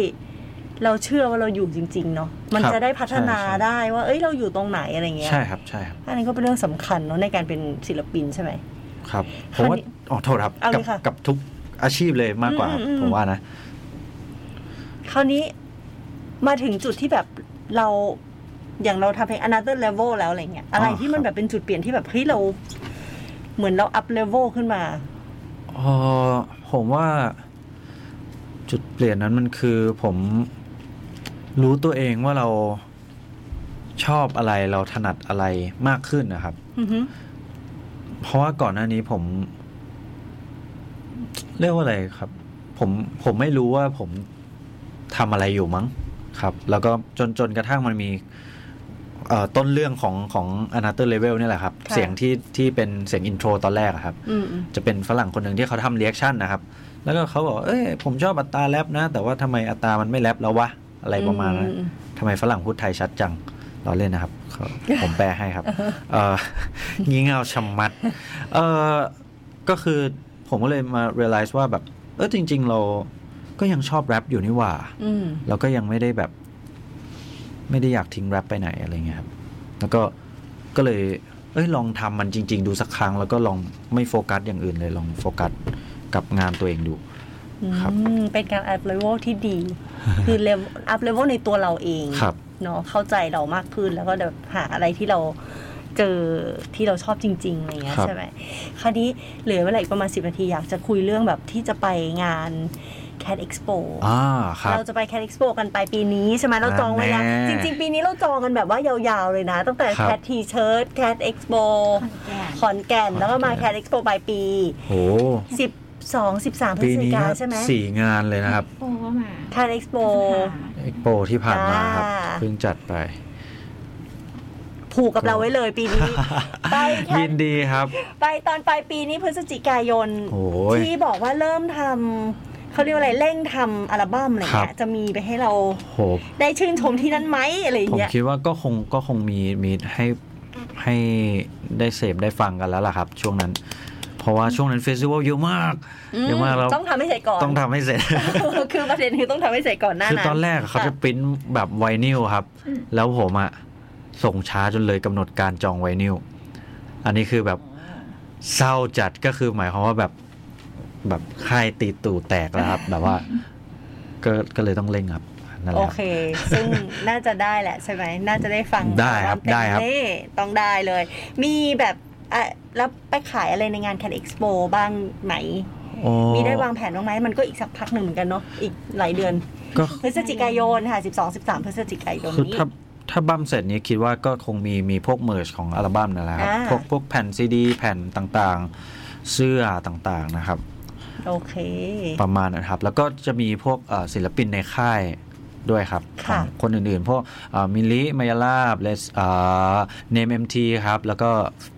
เราเชื่อว่าเราอยู่จริง ๆ เนาะมัน ครับ จะได้พัฒนา ใช่ใช่ ได้ว่า เอ้ยเราอยู่ตรงไหนอะไรเงี้ย ใช่ครับใช่ครับ อันนี้ก็เป็นเรื่องสำคัญเนาะในการเป็นศิลปินใช่ไหม ครับผมคราวว่านี้ อ๋อโทษครับ เอาเล กั ยค่ะ กับทุกอาชีพเลยมากกว่าครับ อืมอืม ผมว่านะ คราวนี้มาถึงจุดที่แบบเราอย่างเราทำเพลง another level แล้วอะไรเงี้ยอะไรที่มัน ครับ แบบเป็นจุดเปลี่ยนที่แบบเฮ้ยเรา เหมือนเรา up level ขึ้นมา เออผมว่า จุดเปลี่ยนนั้นมันคือผมรู้ตัวเองว่าเราชอบอะไรเราถนัดอะไรมากขึ้นนะครับ อือฮึ เพราะว่าก่อนหน้านี้ผม เรียกว่าอะไรครับ ผมผมไม่รู้ว่าผมทำอะไรอยู่มั้งครับ แล้วก็จนจนกระทั่งมันมีเอ่อต้นเรื่องของของ a n o t h e r Level เนี่ยแหละครับ ะ เสียงที่ที่เป็นเสียงอินโทรตอนแรกอะครับ อืมอืม จะเป็นฝรั่งคนหนึ่งที่เขาทำเรีแอคชั่นนะครับ แล้วก็เขาบอกว่าเอ้ยผมชอบอัตราแรปนะ แต่ว่าทำไมอัตรามันไม่แรปแล้ววะ อะไรประมาณนั้น อือื ทำไมฝรั่งพูดไทยชัดจังเราเล่นนะครับเขาผมแปลให้ ครับ เอองี่เง่าชำมัด เออก็คือผมก็เลยมา realize ว่าแบบ เออจริง ๆ เราก็ยังชอบแรปอยู่นี่หว่า อืม เราก็ยังไม่ได้แบบ ไม่ได้อยากทิ้งแรปไปไหนอะไรเงี้ยครับแล้วก็ก็เลย เอ้ยลองทำมันจริง ๆ ดูสักครั้ง แล้วก็ลองไม่โฟกัสอย่างอื่นเลยลองโฟกัสกับงานตัวเองดู ครับ อืมเป็นการอัพเลเวลที่ ดี คือเลเวลอัพเลเวลในตัวเราเอง ครับ เนาะเข้าใจเรามากขึ้นแล้วก็เดี๋ยวหาอะไรที่เราเจอที่เราชอบจริงๆอะไรเงี้ย ครับ ใช่ไหมคราวนี้เหลือเวลาอีกประมาณ 10 นาที อยากจะคุยเรื่องแบบที่จะไปงาน Cat Expo อ่าครับ เราจะไป Cat Expo กันไปปีนี้ใช่ไหมเราจองไว้แล้ว แน่ จริง ๆ ปีนี้เราจองกันแบบว่ายาวๆเลยนะ ตั้งแต่ ครับ Cat T-shirt Cat Expo ขอนขอนแก่นแก่นแล้วก็มา Cat Expo ปลายปี โห 12 13พฤ ปี ศจิ นี้ กาใช่ไหม สี่งานเลยนะครับ โอ้ว่ามา c a t Expo เอ็กโปที่ผ่านมาครับ อ่า เพิ่งจัด ไป ผูกกับเราไว้เลยปี นี้ ไปแค ยิ ท นดีครับ ไปตอนปลายปีนี้พฤศจิกายน โอ้ย ที่บอกว่าเริ่มทำเขาเรียกว่าอะไรเร่งทำอัลบั้มอะไร ครั เงี้ บ ยจะมีไปให้เรา โห ได้ชื่นชมที่นั่นไหมอะไรอย่าง ผม เงี้ย คิดว่าก็คงก็คงมีมีให้ให้ได้เสพได้ฟังกันแล้วล่ะครับ ช่วงนั้น เพราะว่าช่วงนั้นเฟสติวัลเยอะมาก อืม เดี๋ยวมาเรา ต้องทำให้เสร็จก่อน ต้อง ทำให้เสร็จ คือประเด็นคือต้องทำให้เสร็จก่อนหน้า คือ นั้น ตอนแรกเขาจะ ค่ ปริ้นแบบไวนิลครับ อืม แล้วผมอะส่งช้าจนเลยกำหนดการจองไวนิลอันนี้คือแบบเศร้าจัดก็คือหมายความว่าแบบแบบค่ายตีตูแตกแล้วครับ แบบว่าก็ก็เลยต้องเร่งครับนั่นแห โอ ละครับ เค ซึ่งน่าจะได้แหละใช่ไหมน่าจะได้ฟัง ได้ครับ อัลม ได้ครับ เต็มนี่ต้องได้เลย มีแบบอ่ะแล้วไปขายอะไรในงาน Cat Expo บ้างไหม โอ้ มีได้วางแผนบ้างไหมมันก็อีกสักพักหนึ่งเหมือนกันเนาะ อีกหลายเดือน ก็ พฤศจิกายนค่ะ 12 13 พฤศจิกายน คือ นี้ ถ้าถ้าบัมเสร็จเนี้คิดว่าก็คงมีมีพวกเม r ร์ของอัลบั้มนั่นแหละครับ อ่า พวกพวกแผ่นซีดี แผ่นต่างๆ เสื้อต่างๆนะครับ โอเค ประมาณนั้นครับ แล้วก็จะมีพวกเอ่อศิลปินในค่ายด้วยครับข ค่ะ องคนอื่นๆ พวกเอ่อมิลลิมายาลาบเลสเนมเอ็มทีครับ แล้วก็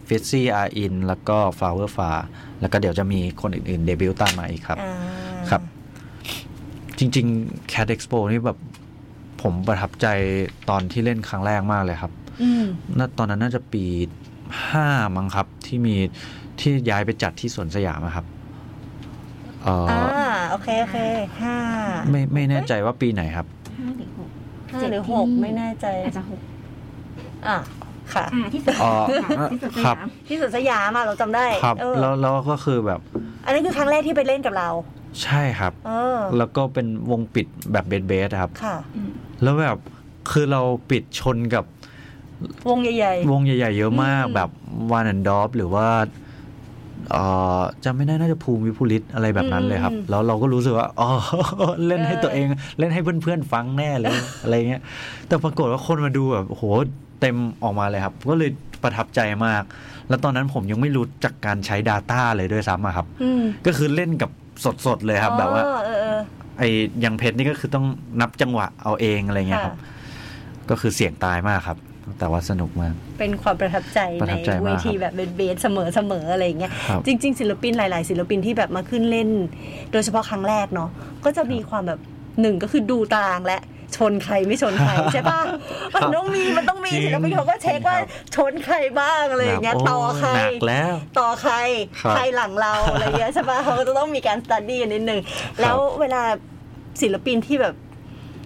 ฟิซซี่อาอินแล้วก็ฟลาวเวอร์ฟาแล้วก็เดี๋ยวจะมีคนอื่นๆ เดบิวต์ตามมาอีกครับ อ่า ครับ จริงๆ Cat Expo นี่แบบผมประทับใจตอนที่เล่นครั้งแรกมากเลยครับ อืม น่าตอนนั้นน่าจะปีห้ามั้งครับ ที่มีที่ย้ายไปจัดที่สวนสยามอะครับเอ่ออ อ่า โอเค โอเคห้า ไม่ไม่แน่ใจว่าปีไหนครับ ห้าหรือหก ห้า เจ็ด หรือหก ที่ ไม่แน่ใจ อาจจะหก อ่ะ ค่ะ อ่าที่สุด อ๋อ ค่ะที่สุดส ครั ยา บ ม ที่สวนสยามอ่ะ เราจำได้ ครับ เออ แล้วแล้วก็คือแบบ อันนี้คือครั้งแรกที่ไปเล่นกับเรา ใช่ครับ เออ แล้วก็เป็นวงปิดแบบเบสเบสครับ ค่ะ อืม แล้วแบบคือเราปิดชนกับ วงใหญ่ วงใหญ่ ๆ เยอะมาก อืม แบบวาน a นดอฟหรือว่าเอ่อจำไม่ได้น่าจะภูมิวิภูริตอะไรแบบนั้นเลยครับ แล้วเราก็รู้สึกว่า อ๋อ เล่นให้ตัวเอง เล่นให้เพื่อนๆฟังแน่เลย อะไรเงี้ย แต่ปรากฏว่าคนมาดูแบบโอ้โหเต็มออกมาเลยครับ ก็เลยประทับใจมาก แล้วตอนนั้นผมยังไม่รู้จักการใช้ Data เลยด้วยซ้ำอะครับ ๆ อืม ก็คือเล่นกับสดๆเลยครับ แบบว่า อ๋อเออเออ ไอ้อยังเพชรนี่ก็คือต้องนับจังหวะเอาเองอะไรเงี้ยครับ ค่ะ ก็คือเสี่ยงตายมากครับ แต่ว่าสนุกมาก เป็นความประทับใจ ประ ใน ทับใจมาก เวที ครับ แบบเบสๆเสมอๆอะไรอย่างเงี้ย ครับ จริง ๆ ศิลปินหลาย ๆ ศิลปินที่แบบมาขึ้นเล่น โดยเฉพาะครั้งแรกเนาะก็จะมีความแบบหนึ่งก็คือดูตารางและชนใครไม่ชนใคร ใช่ปะมันต้องมีมันต้องมี จริง ศิลปินเขาก็เช็คว่า ครับ ชนใครบ้างอะไรอย่างเงี้ย แบบโ ต่อใคร หนักแล้ว ต่อใคร ครับ ใครหลังเราอะไรเงี้ยใช่ปะเขาก็จะต้องมีการสตัดดี้นิดนึง บ แล้วเวลาศิลปินที่แบบ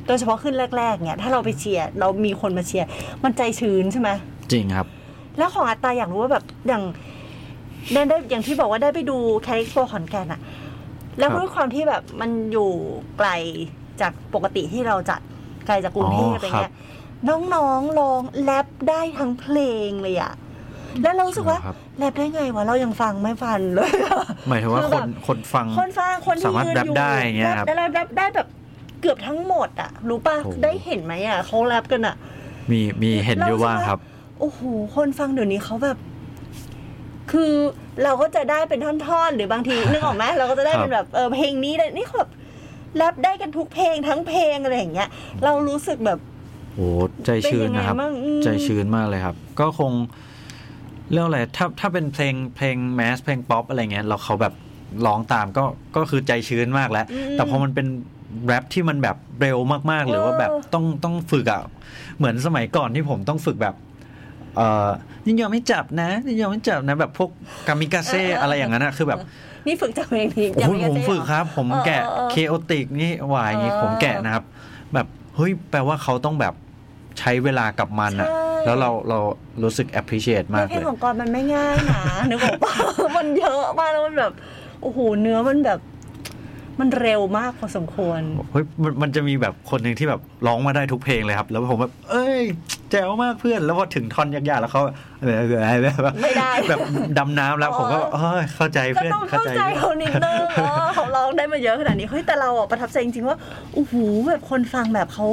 โดยเฉพาะขึ้นแรก ๆ เนี่ย ถ้าเราไปเชียร์เรามีคนมาเชียร์มันใจชื้นใช่ไหม จริงครับ แล้วของอัตตาอยากรู้ว่าแบบอย่างได้ได้อย่างที่บอกว่าได้ไปดูแคลิโปขอนแก่นอะแล้ว ครับ ด้วยความที่แบบมันอยู่ไกลจากปกติที่เราจัดไกลจากกรุงเทพ อ๋อ อะไร ครับ เงี้ยน้องๆร้องแรปได้ทั้งเพลงเลยอะแล้วเรารู้สึกว่า ครับ แรปได้ไงวะเรายังฟังไม่ฟันเลยอะ หมายถึงว่า คือ ค แบบ นคนฟัง คนฟังคนที่ สามารถ ยืน แรป อยู่ ได้อย่างเงี้ยครับ แรปแรปได้แบบเกือบทั้งหมดอะรู้ป่ะ โอ้โห ได้เห็นไหมอะเขาแรปกันอะ มีมีเห็นอยู่ว่างครับ โอ้โห คนฟังเดี๋ยวนี้เขาแบบ คือเราก็จะได้เป็นท่อนๆ หรือบางที นึกออกไหมเราก็จะได้เป็นแบบเออเพลงนี้เลยนี่เขาแบบรับได้กันทุกเพลงทั้งเพลงอะไรอย่างเงี้ย เรารู้สึกแบบ โอ้ใจชื้นนะครับ เป็นยังไงบ้างอืม ใจชื้นมากเลยครับ ก็คงเรื่องอะไรถ้าถ้าเป็นเพลงเพลงแมสเพลงป๊อปอะไรเงี้ยเราเขาแบบร้องตามก็ก็คือใจชื้นมากแล้ว แต่พอมันเป็นแรปที่มันแบบเร็วมากๆ หรือว่าแบบต้องต้องฝึกอะเหมือนสมัยก่อนที่ผมต้องฝึกแบบเอ่อยินยอมไม่จับนะยินยอมไม่จับนะแบบพวกกามิกาเซ่อะไรอย่างนั้นอะคือแบบ นี่ฝึกจากเพลงนี้ โอ้ ยัง โห ไม่ ผม เจ๊เหรอ ฝึกครับ ผม เออ แกะ เออเออ เคโอติกนี่หวายอย่างนี้ เออ ผมแกะนะครับ แบบเฮ้ยแปลว่าเขาต้องแบบใช้เวลากับมันอะ ใช่ แล้วเราเรารู้สึก appreciate มาก เพลงเลย ของกอนมันไม่ง่ายนะ นึกออกปะ มันเยอะมากแล้วมันแบบ โอ้โห เนื้อมันแบบ มันเร็วมากพอสมควร เฮ้ยมันมันจะมีแบบคนหนึ่งที่แบบร้องมาได้ทุกเพลงเลยครับ แล้วผมแบบ เอ้ย แจ๋วมากเพื่อน แล้วพอถึงท่อนยากๆ แล้วเขาแบบแบบ ไม่ได้ แบบดำน้ำแล้วผมก็เอ้ยเข้าใจ ก็ เพื่อน ต้องเข้าใจเขา นิดนึงเออของเราได้มาเยอะขนาดนี้ เฮ้ย แต่เราอ่ะประทับใจจริงๆว่า โอ้โห แบบคนฟังแบบเขา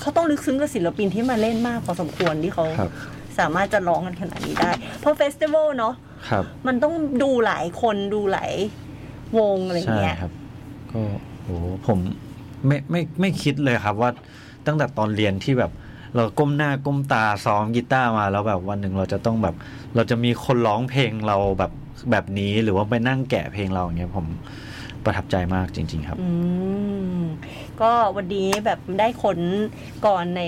เขาต้องลึกซึ้งกับศิลปินที่มาเล่นมากพอสมควรที่เขา ครับ สามารถจะร้องกันขนาดนี้ได้ เพราะเฟสติวัลเนาะ ครับ มันต้องดูหลายคนดูหลายวงอะไรอย่าง ใช่ เงี้ย ครับ ก็โอ้โหผมไม่ไม่ไม่คิดเลยครับว่าตั้งแต่ตอนเรียนที่แบบ เราก้มหน้าก้มตาซ้อมกีตาร์มาแล้วแบบวันหนึ่งเราจะต้องแบบ เราจะมีคนร้องเพลงเราแบบแบบนี้หรือว่าไปนั่งแกะเพลงเราอย่างเงี้ยผมประทับใจมากจริง ๆ ครับ อืม ก็วันนี้แบบได้ค้นก่อนใน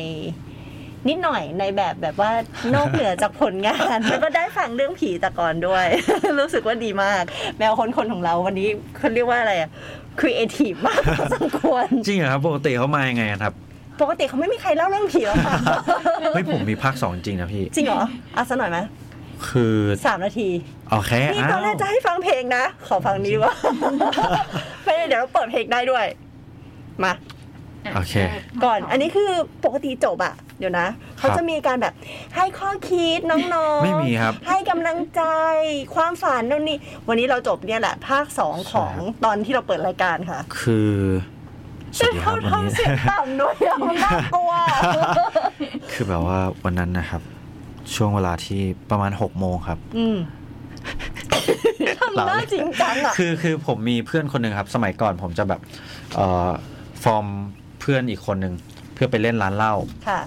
นิดหน่อยในแบบแบบว่านอกเหนือจากผลงาน แล้วก็ได้ฟังเรื่องผีตะกอนด้วย รู้สึกว่าดีมาก แมวคนคนของเราวันนี้เขาเรียกว่าอะไรอะครีเอทีฟมากพอสมควร จริงเหรอครับปกติเขามายังไงครับ ปกติเขาไม่มีใครเล่าเรื่องผีหรอกค่ะ เฮ้ยผมมีภาคสองจริงนะพี่ จริงเหรอเอาซะหน่อยไหม คือ สามนาที โอเค นี่ อ้า ตอ วน แรกจะให้ฟังเพลงนะ ขอฟังนี้ว่า ไม่ได้เดี๋ยวเราเปิดเพลงได้ด้วย มา โอเค ก่อน อันนี้คือปกติจบอะเดี๋ยวนะ เขาจะมีการแบบให้ข้อคิดน้องๆ ไม่มีครับ ให้กำลังใจความฝันนู่นนี่ วันนี้เราจบเนี่ยแหละ ภาคสองของ ใช่ครับ ตอนที่เราเปิดรายการค่ะ คือสวัสดีครั เขา บวันทำนี้เสียงต่ำด้วยอะมันน่ากลัว คือแบบว่าวันนั้นนะครับ ช่วงเวลาที่ประมาณ6กโมงครับ อืมทำหน้าจริงจังอะ คือคือผมมีเพื่อนคนหนึ่งครับ สมัยก่อนผมจะแบบเอ่อฟอร์มเพื่อนอีกคนหนึ่งเพื่อไปเล่นร้านเหล้า ค่ะ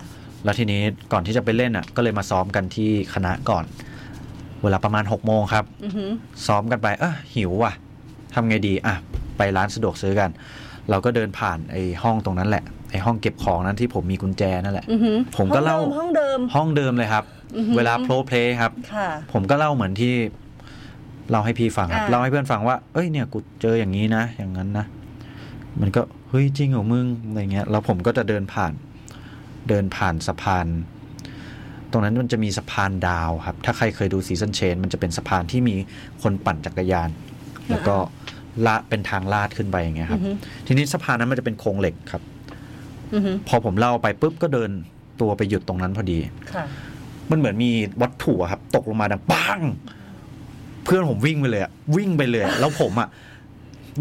แล้วทีนี้ก่อนที่จะไปเล่นอ่ะ ก็เลยมาซ้อมกันที่คณะก่อน เวลาประมาณ6กโมงครับ อือหือ ซ้อมกันไป เออหิวว่ะทำไงดี อ่ะ ไปร้านสะดวกซื้อกัน เราก็เดินผ่านไอ้ห้องตรงนั้นแหละ ไอ้ห้องเก็บของนั้นที่ผมมีกุญแจนั่นแหละ อือหือ ผมก็เล่า ห้องเดิม ห้องเดิมเลยครับ อือหือ เวลาโพลเพลย์ครับ ค่ะ ผมก็เล่าเหมือนที่เล่าให้พี่ฟังครับ อ่า เล่าให้เพื่อนฟังว่า เอ้ยเนี่ยกูเจออย่างนี้นะ อย่างนั้นนะ มันก็ เฮ้ยจริงเหรอมึง อะไรเงี้ย แล้วผมก็จะเดินผ่าน เดินผ่านสะพาน ตรงนั้นมันจะมีสะพานดาวครับ ถ้าใครเคยดูซีซันเชน มันจะเป็นสะพานที่มีคนปั่นจักรยาน แล้วก็ลาดเป็นทางลาดขึ้นไปอย่างเงี้ยค อื รั อบ หือ ทีนี้สะพานนั้นมันจะเป็นโครงเหล็กครับ อือหือ พอผมเล่าไปปุ๊บก็เดินตัวไปหยุดตรงนั้นพอดี ค่ะ มันเหมือนมีวัตถุอะครับ ตกลงมาดังปังเพื่อนผมวิ่งไปเลยอะวิ่งไปเลยอะแล้วผมอะ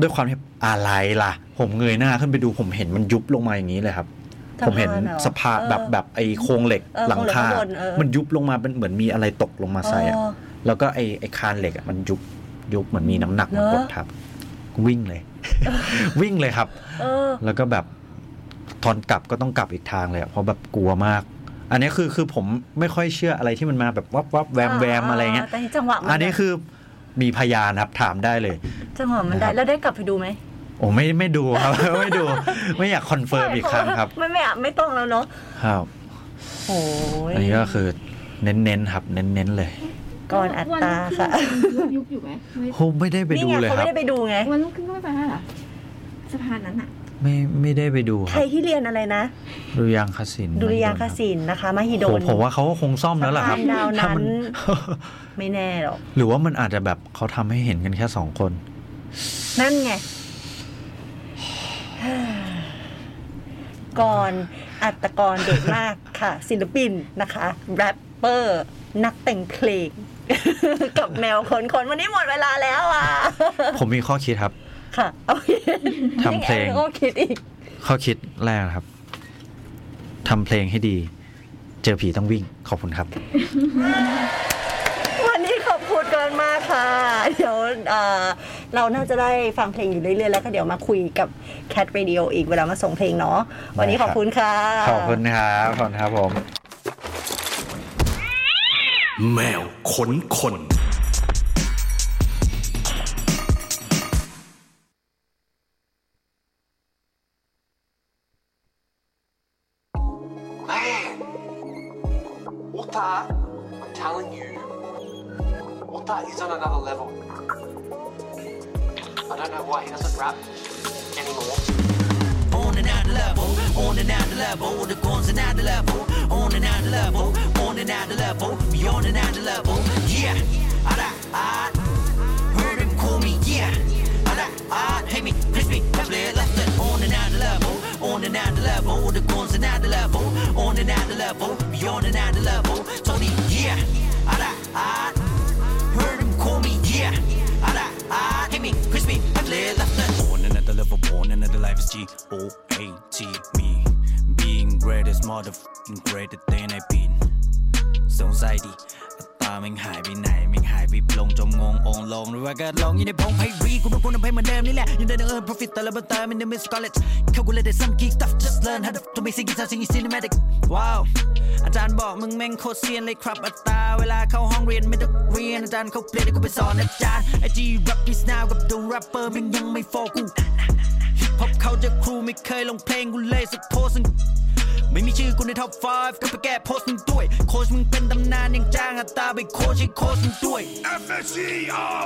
ด้วยความที่อะไรล่ะ ผมเงยหน้าขึ้นไปดูผมเห็นมันยุบลงมาอย่างนี้เลยครับ สะพาน ผมเห็น เหรอ สะพาน เออ แบบแบบไอ้โครงเหล็ก เออ หลังคา โครงเหล็กข้างบนเออ มันยุบลงมาเป็นเหมือนมีอะไรตกลงมาใส่อะ เออ แล้วก็ไอ้ไอ้คานเหล็กอะมันยุบยุบเหมือนมีน้ำหนักมา เหรอ กดทับวิ่งเลย วิ่งเลยครับ เออ แล้วก็แบบตอนกลับก็ต้องกลับอีกทางเลยอะเพราะแบบกลัวมาก อันนี้คือคือผมไม่ค่อยเชื่ออะไรที่มันมาแบบวับวับแวมแวมอะไรเงี้ย แต่จังหวะมั อันนี้คือมีพยานครับถามได้เลย จังหวะมันได้ นะครับ แล้วได้กลับไปดูไหม โอ้ไม่ไม่ดู ครับ ไม่ดูไม่อยากคอนเฟิร์มอีกครั้งครับ ไม่ไม่อะไม่ต้องแล้วเนาะ ครับ โอ้ย อันนี้ก็คือเน้นๆครับเน้นๆเลย ก่อนอัตตราค่ะ วันรุ่งขึ้นยุบอยู่ไหมไม่ โหไม่ได้ไป นี่ ดู ไง เลย เขา ครั ไม่ได้บไปดูไง วันรุ่งขึ้นก็ไม่ไปแล้วเหรอสะพานนั้นอะ ไม่ไม่ได้ไปดูค ใคร รับ ที่เรียนอะไรนะ ดุริยางคศิลป์ ดุริยางคศิลป์นะคะ มหิด โห ล ผมว่าเขาคงซ่อมแล้วล่ะครับ สะพานดาว ถ้า นั้ มัน น ไม่แน่หรอก หรือว่ามันอาจจะแบบเขาทำให้เห็นกันแค่สองคน นั่นไง ก่อนอัตกรเด็กมากค่ะ ศิลปินนะคะ แรปเปอร์ นักแต่งเพลง กับแมวคนคนวันนี้หมดเวลาแล้วอ่ะ ผมมีข้อคิดครับ ค่ะเอา ทำเพลง ก็คิดอีก ข้อคิดแรกนะครับทำเพลงให้ดี เจอผีต้องวิ่ง ขอบคุณครับ วันนี้ขอบคุณกันมากค่ะ เดี๋ยวเอ่อเราน่าจะได้ฟังเพลงอยู่เรื่อยๆ แล้วก็เดี๋ยวมาคุยกับ Cat Radio อีกเวลามาส่งเพลงเนาะ วันนี้ขอบคุณค่ะ ขอบคุณครับ ขอบคุณครับผม แมวขนคน Man, Ota, I'm telling you, Ota is on another level. but I know why he doesn't rap anymore. on and out level, on and out level, the guns and out level, on and out level, on and out level, beyond and out level, yeah, alright, alright, heard him call me, yeah, alright, alright, hate me, please me, heavily left it, on and out level, on and out level, the guns and out level, on and out level, beyond and out level, Tony, yeah, alright, alright, heard him call me, yeah, alright, alright, hate me, please me, heavily left it. Born another level, born another life is G O A T me. Being great is motherfucking greater than I've been. สงสัยดิอัตราแม่งหายไปไหนแม่งหายไปปลงจมงงองลงหรือว่าก็ลงอยู่ในพงไพรีกูรู้กูนำไปเหมือนเดิมนี่แหละยังได้เดินเอิน profit แต่ละเบอร์เติม in the miss college calculated some geek stuff just learn how to to make things out in cinematic wow อาจารย์บอกมึงแม่งโคตรเซียนเลยครับอัตราเวลาเข้าห้องเรียนไม่ต้องเรียนอาจารย์เขาเปลี่ยนให้กูไปสอนอาจารย์ไอจีรับพีสนาวกับ the rapper มึงยังไม่ฟอกู พบเขาจะครูไม่เคยลงเพลงกูเลยสักโพสต์หนึ่งไม่มีชื่อกูในท็อป 5 ก็ไปแก้โพสต์มึงด้วย โค้ชมึงเป็นตำนานยังจ้างอัตราไปโค้ชให้โค้ชมึงด้วย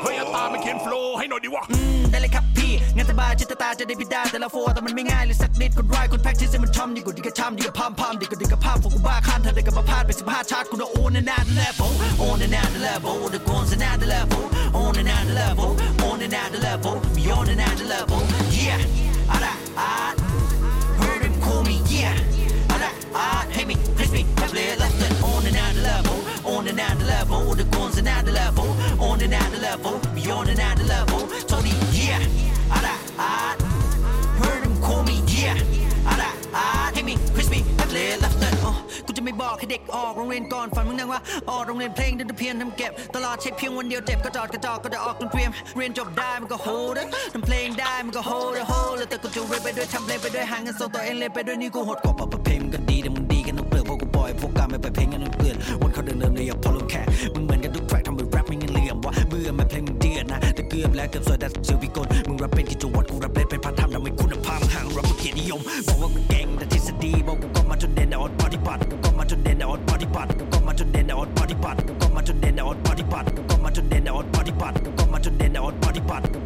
เฮ้ยอัตตามาเขียนโฟลว์ให้หน่อยดิวะ ได้เลยครับพี่งานสบายจิตตาจะได้พิดาแต่ละโฟร์แต่มันไม่ง่ายเลยสักนิดคนร้ายคนแพ็กที่เส้นมันช่ำดีกว่าดีกระช่ำดีกว่าพามพามดีกว่าดีกระพามของกูบ้าข้ามทางเดินกับมาพลาดไปสิบห้าชาติกูนะโอนนาด level โอนนาด level ตะโกนสนาด level โอนนาด level โอนนาด level beyond a d level yeah alright alright heard him call me yeah alright alright hate me please me heavily left it on a d level on a d level ตะโกนสนาด level on a d level beyond a d level Tony yeah ah, alright alright heard him call me yeah alright alright hate me please me heavily left it อ๋อกูจะไม่บอกให้เด็กออกโรงเรียนก่อนฝันมึงนั่งว่าออกโรงเรียนเพลงดนตรีเพียนทำเก็บ ตลอดใช้เพียงวันเดียวเจ็บก็จอดกระจอกก็จะออกจนเตรียม เรียนจบได้มันก็โฮเดอร์ทำเพลงได้มันก็โฮเดอร์โฮเดอร์แต่กูจะเรียนไปด้วยทำเพลงไปด้วยหาเงินส่งตัวเองเรียนไปด้วยนี่กูโหดกว่าปะปะเพลงมึงก็ดีแต่มึงดีกันทั้งเปลือกเพราะกูปล่อยพวกการไม่ไปเพลงกันทั้งเปลือกวันเขาเดินเดินเลยอย่าพอลงแค่มึงเหมือนกันทุกแทร็กทำมึงแรปไม่เงินเหลี่ยมวะเบื่อไหม่เพลงมึงเดือดนะแต่เกือบแล้วเกือบสวยแต่เสียวพิกลมึงแรปเป็นกิจวัตรกูแรปเล่นเป็นพาร์ทไทม์ทำให้คุณภาพห่างแรปกูเกียรตินิยมบอกว่ากูเก่งแต่ทฤษฎีบอกกูก็มาจนเด่นแต่ออนปฏิบัติกูก็มาจนเด่นแต่ออนปฏิบัติกูก็มาจนเด่นแต่ออนปฏิบัติกูก็มาจนเด่นแต่ออนปฏิบัติกูก็มาจนเด่นแต่ออนปฏิบัติกูก็มาจนเด่นแต่ออนปฏิบัติกู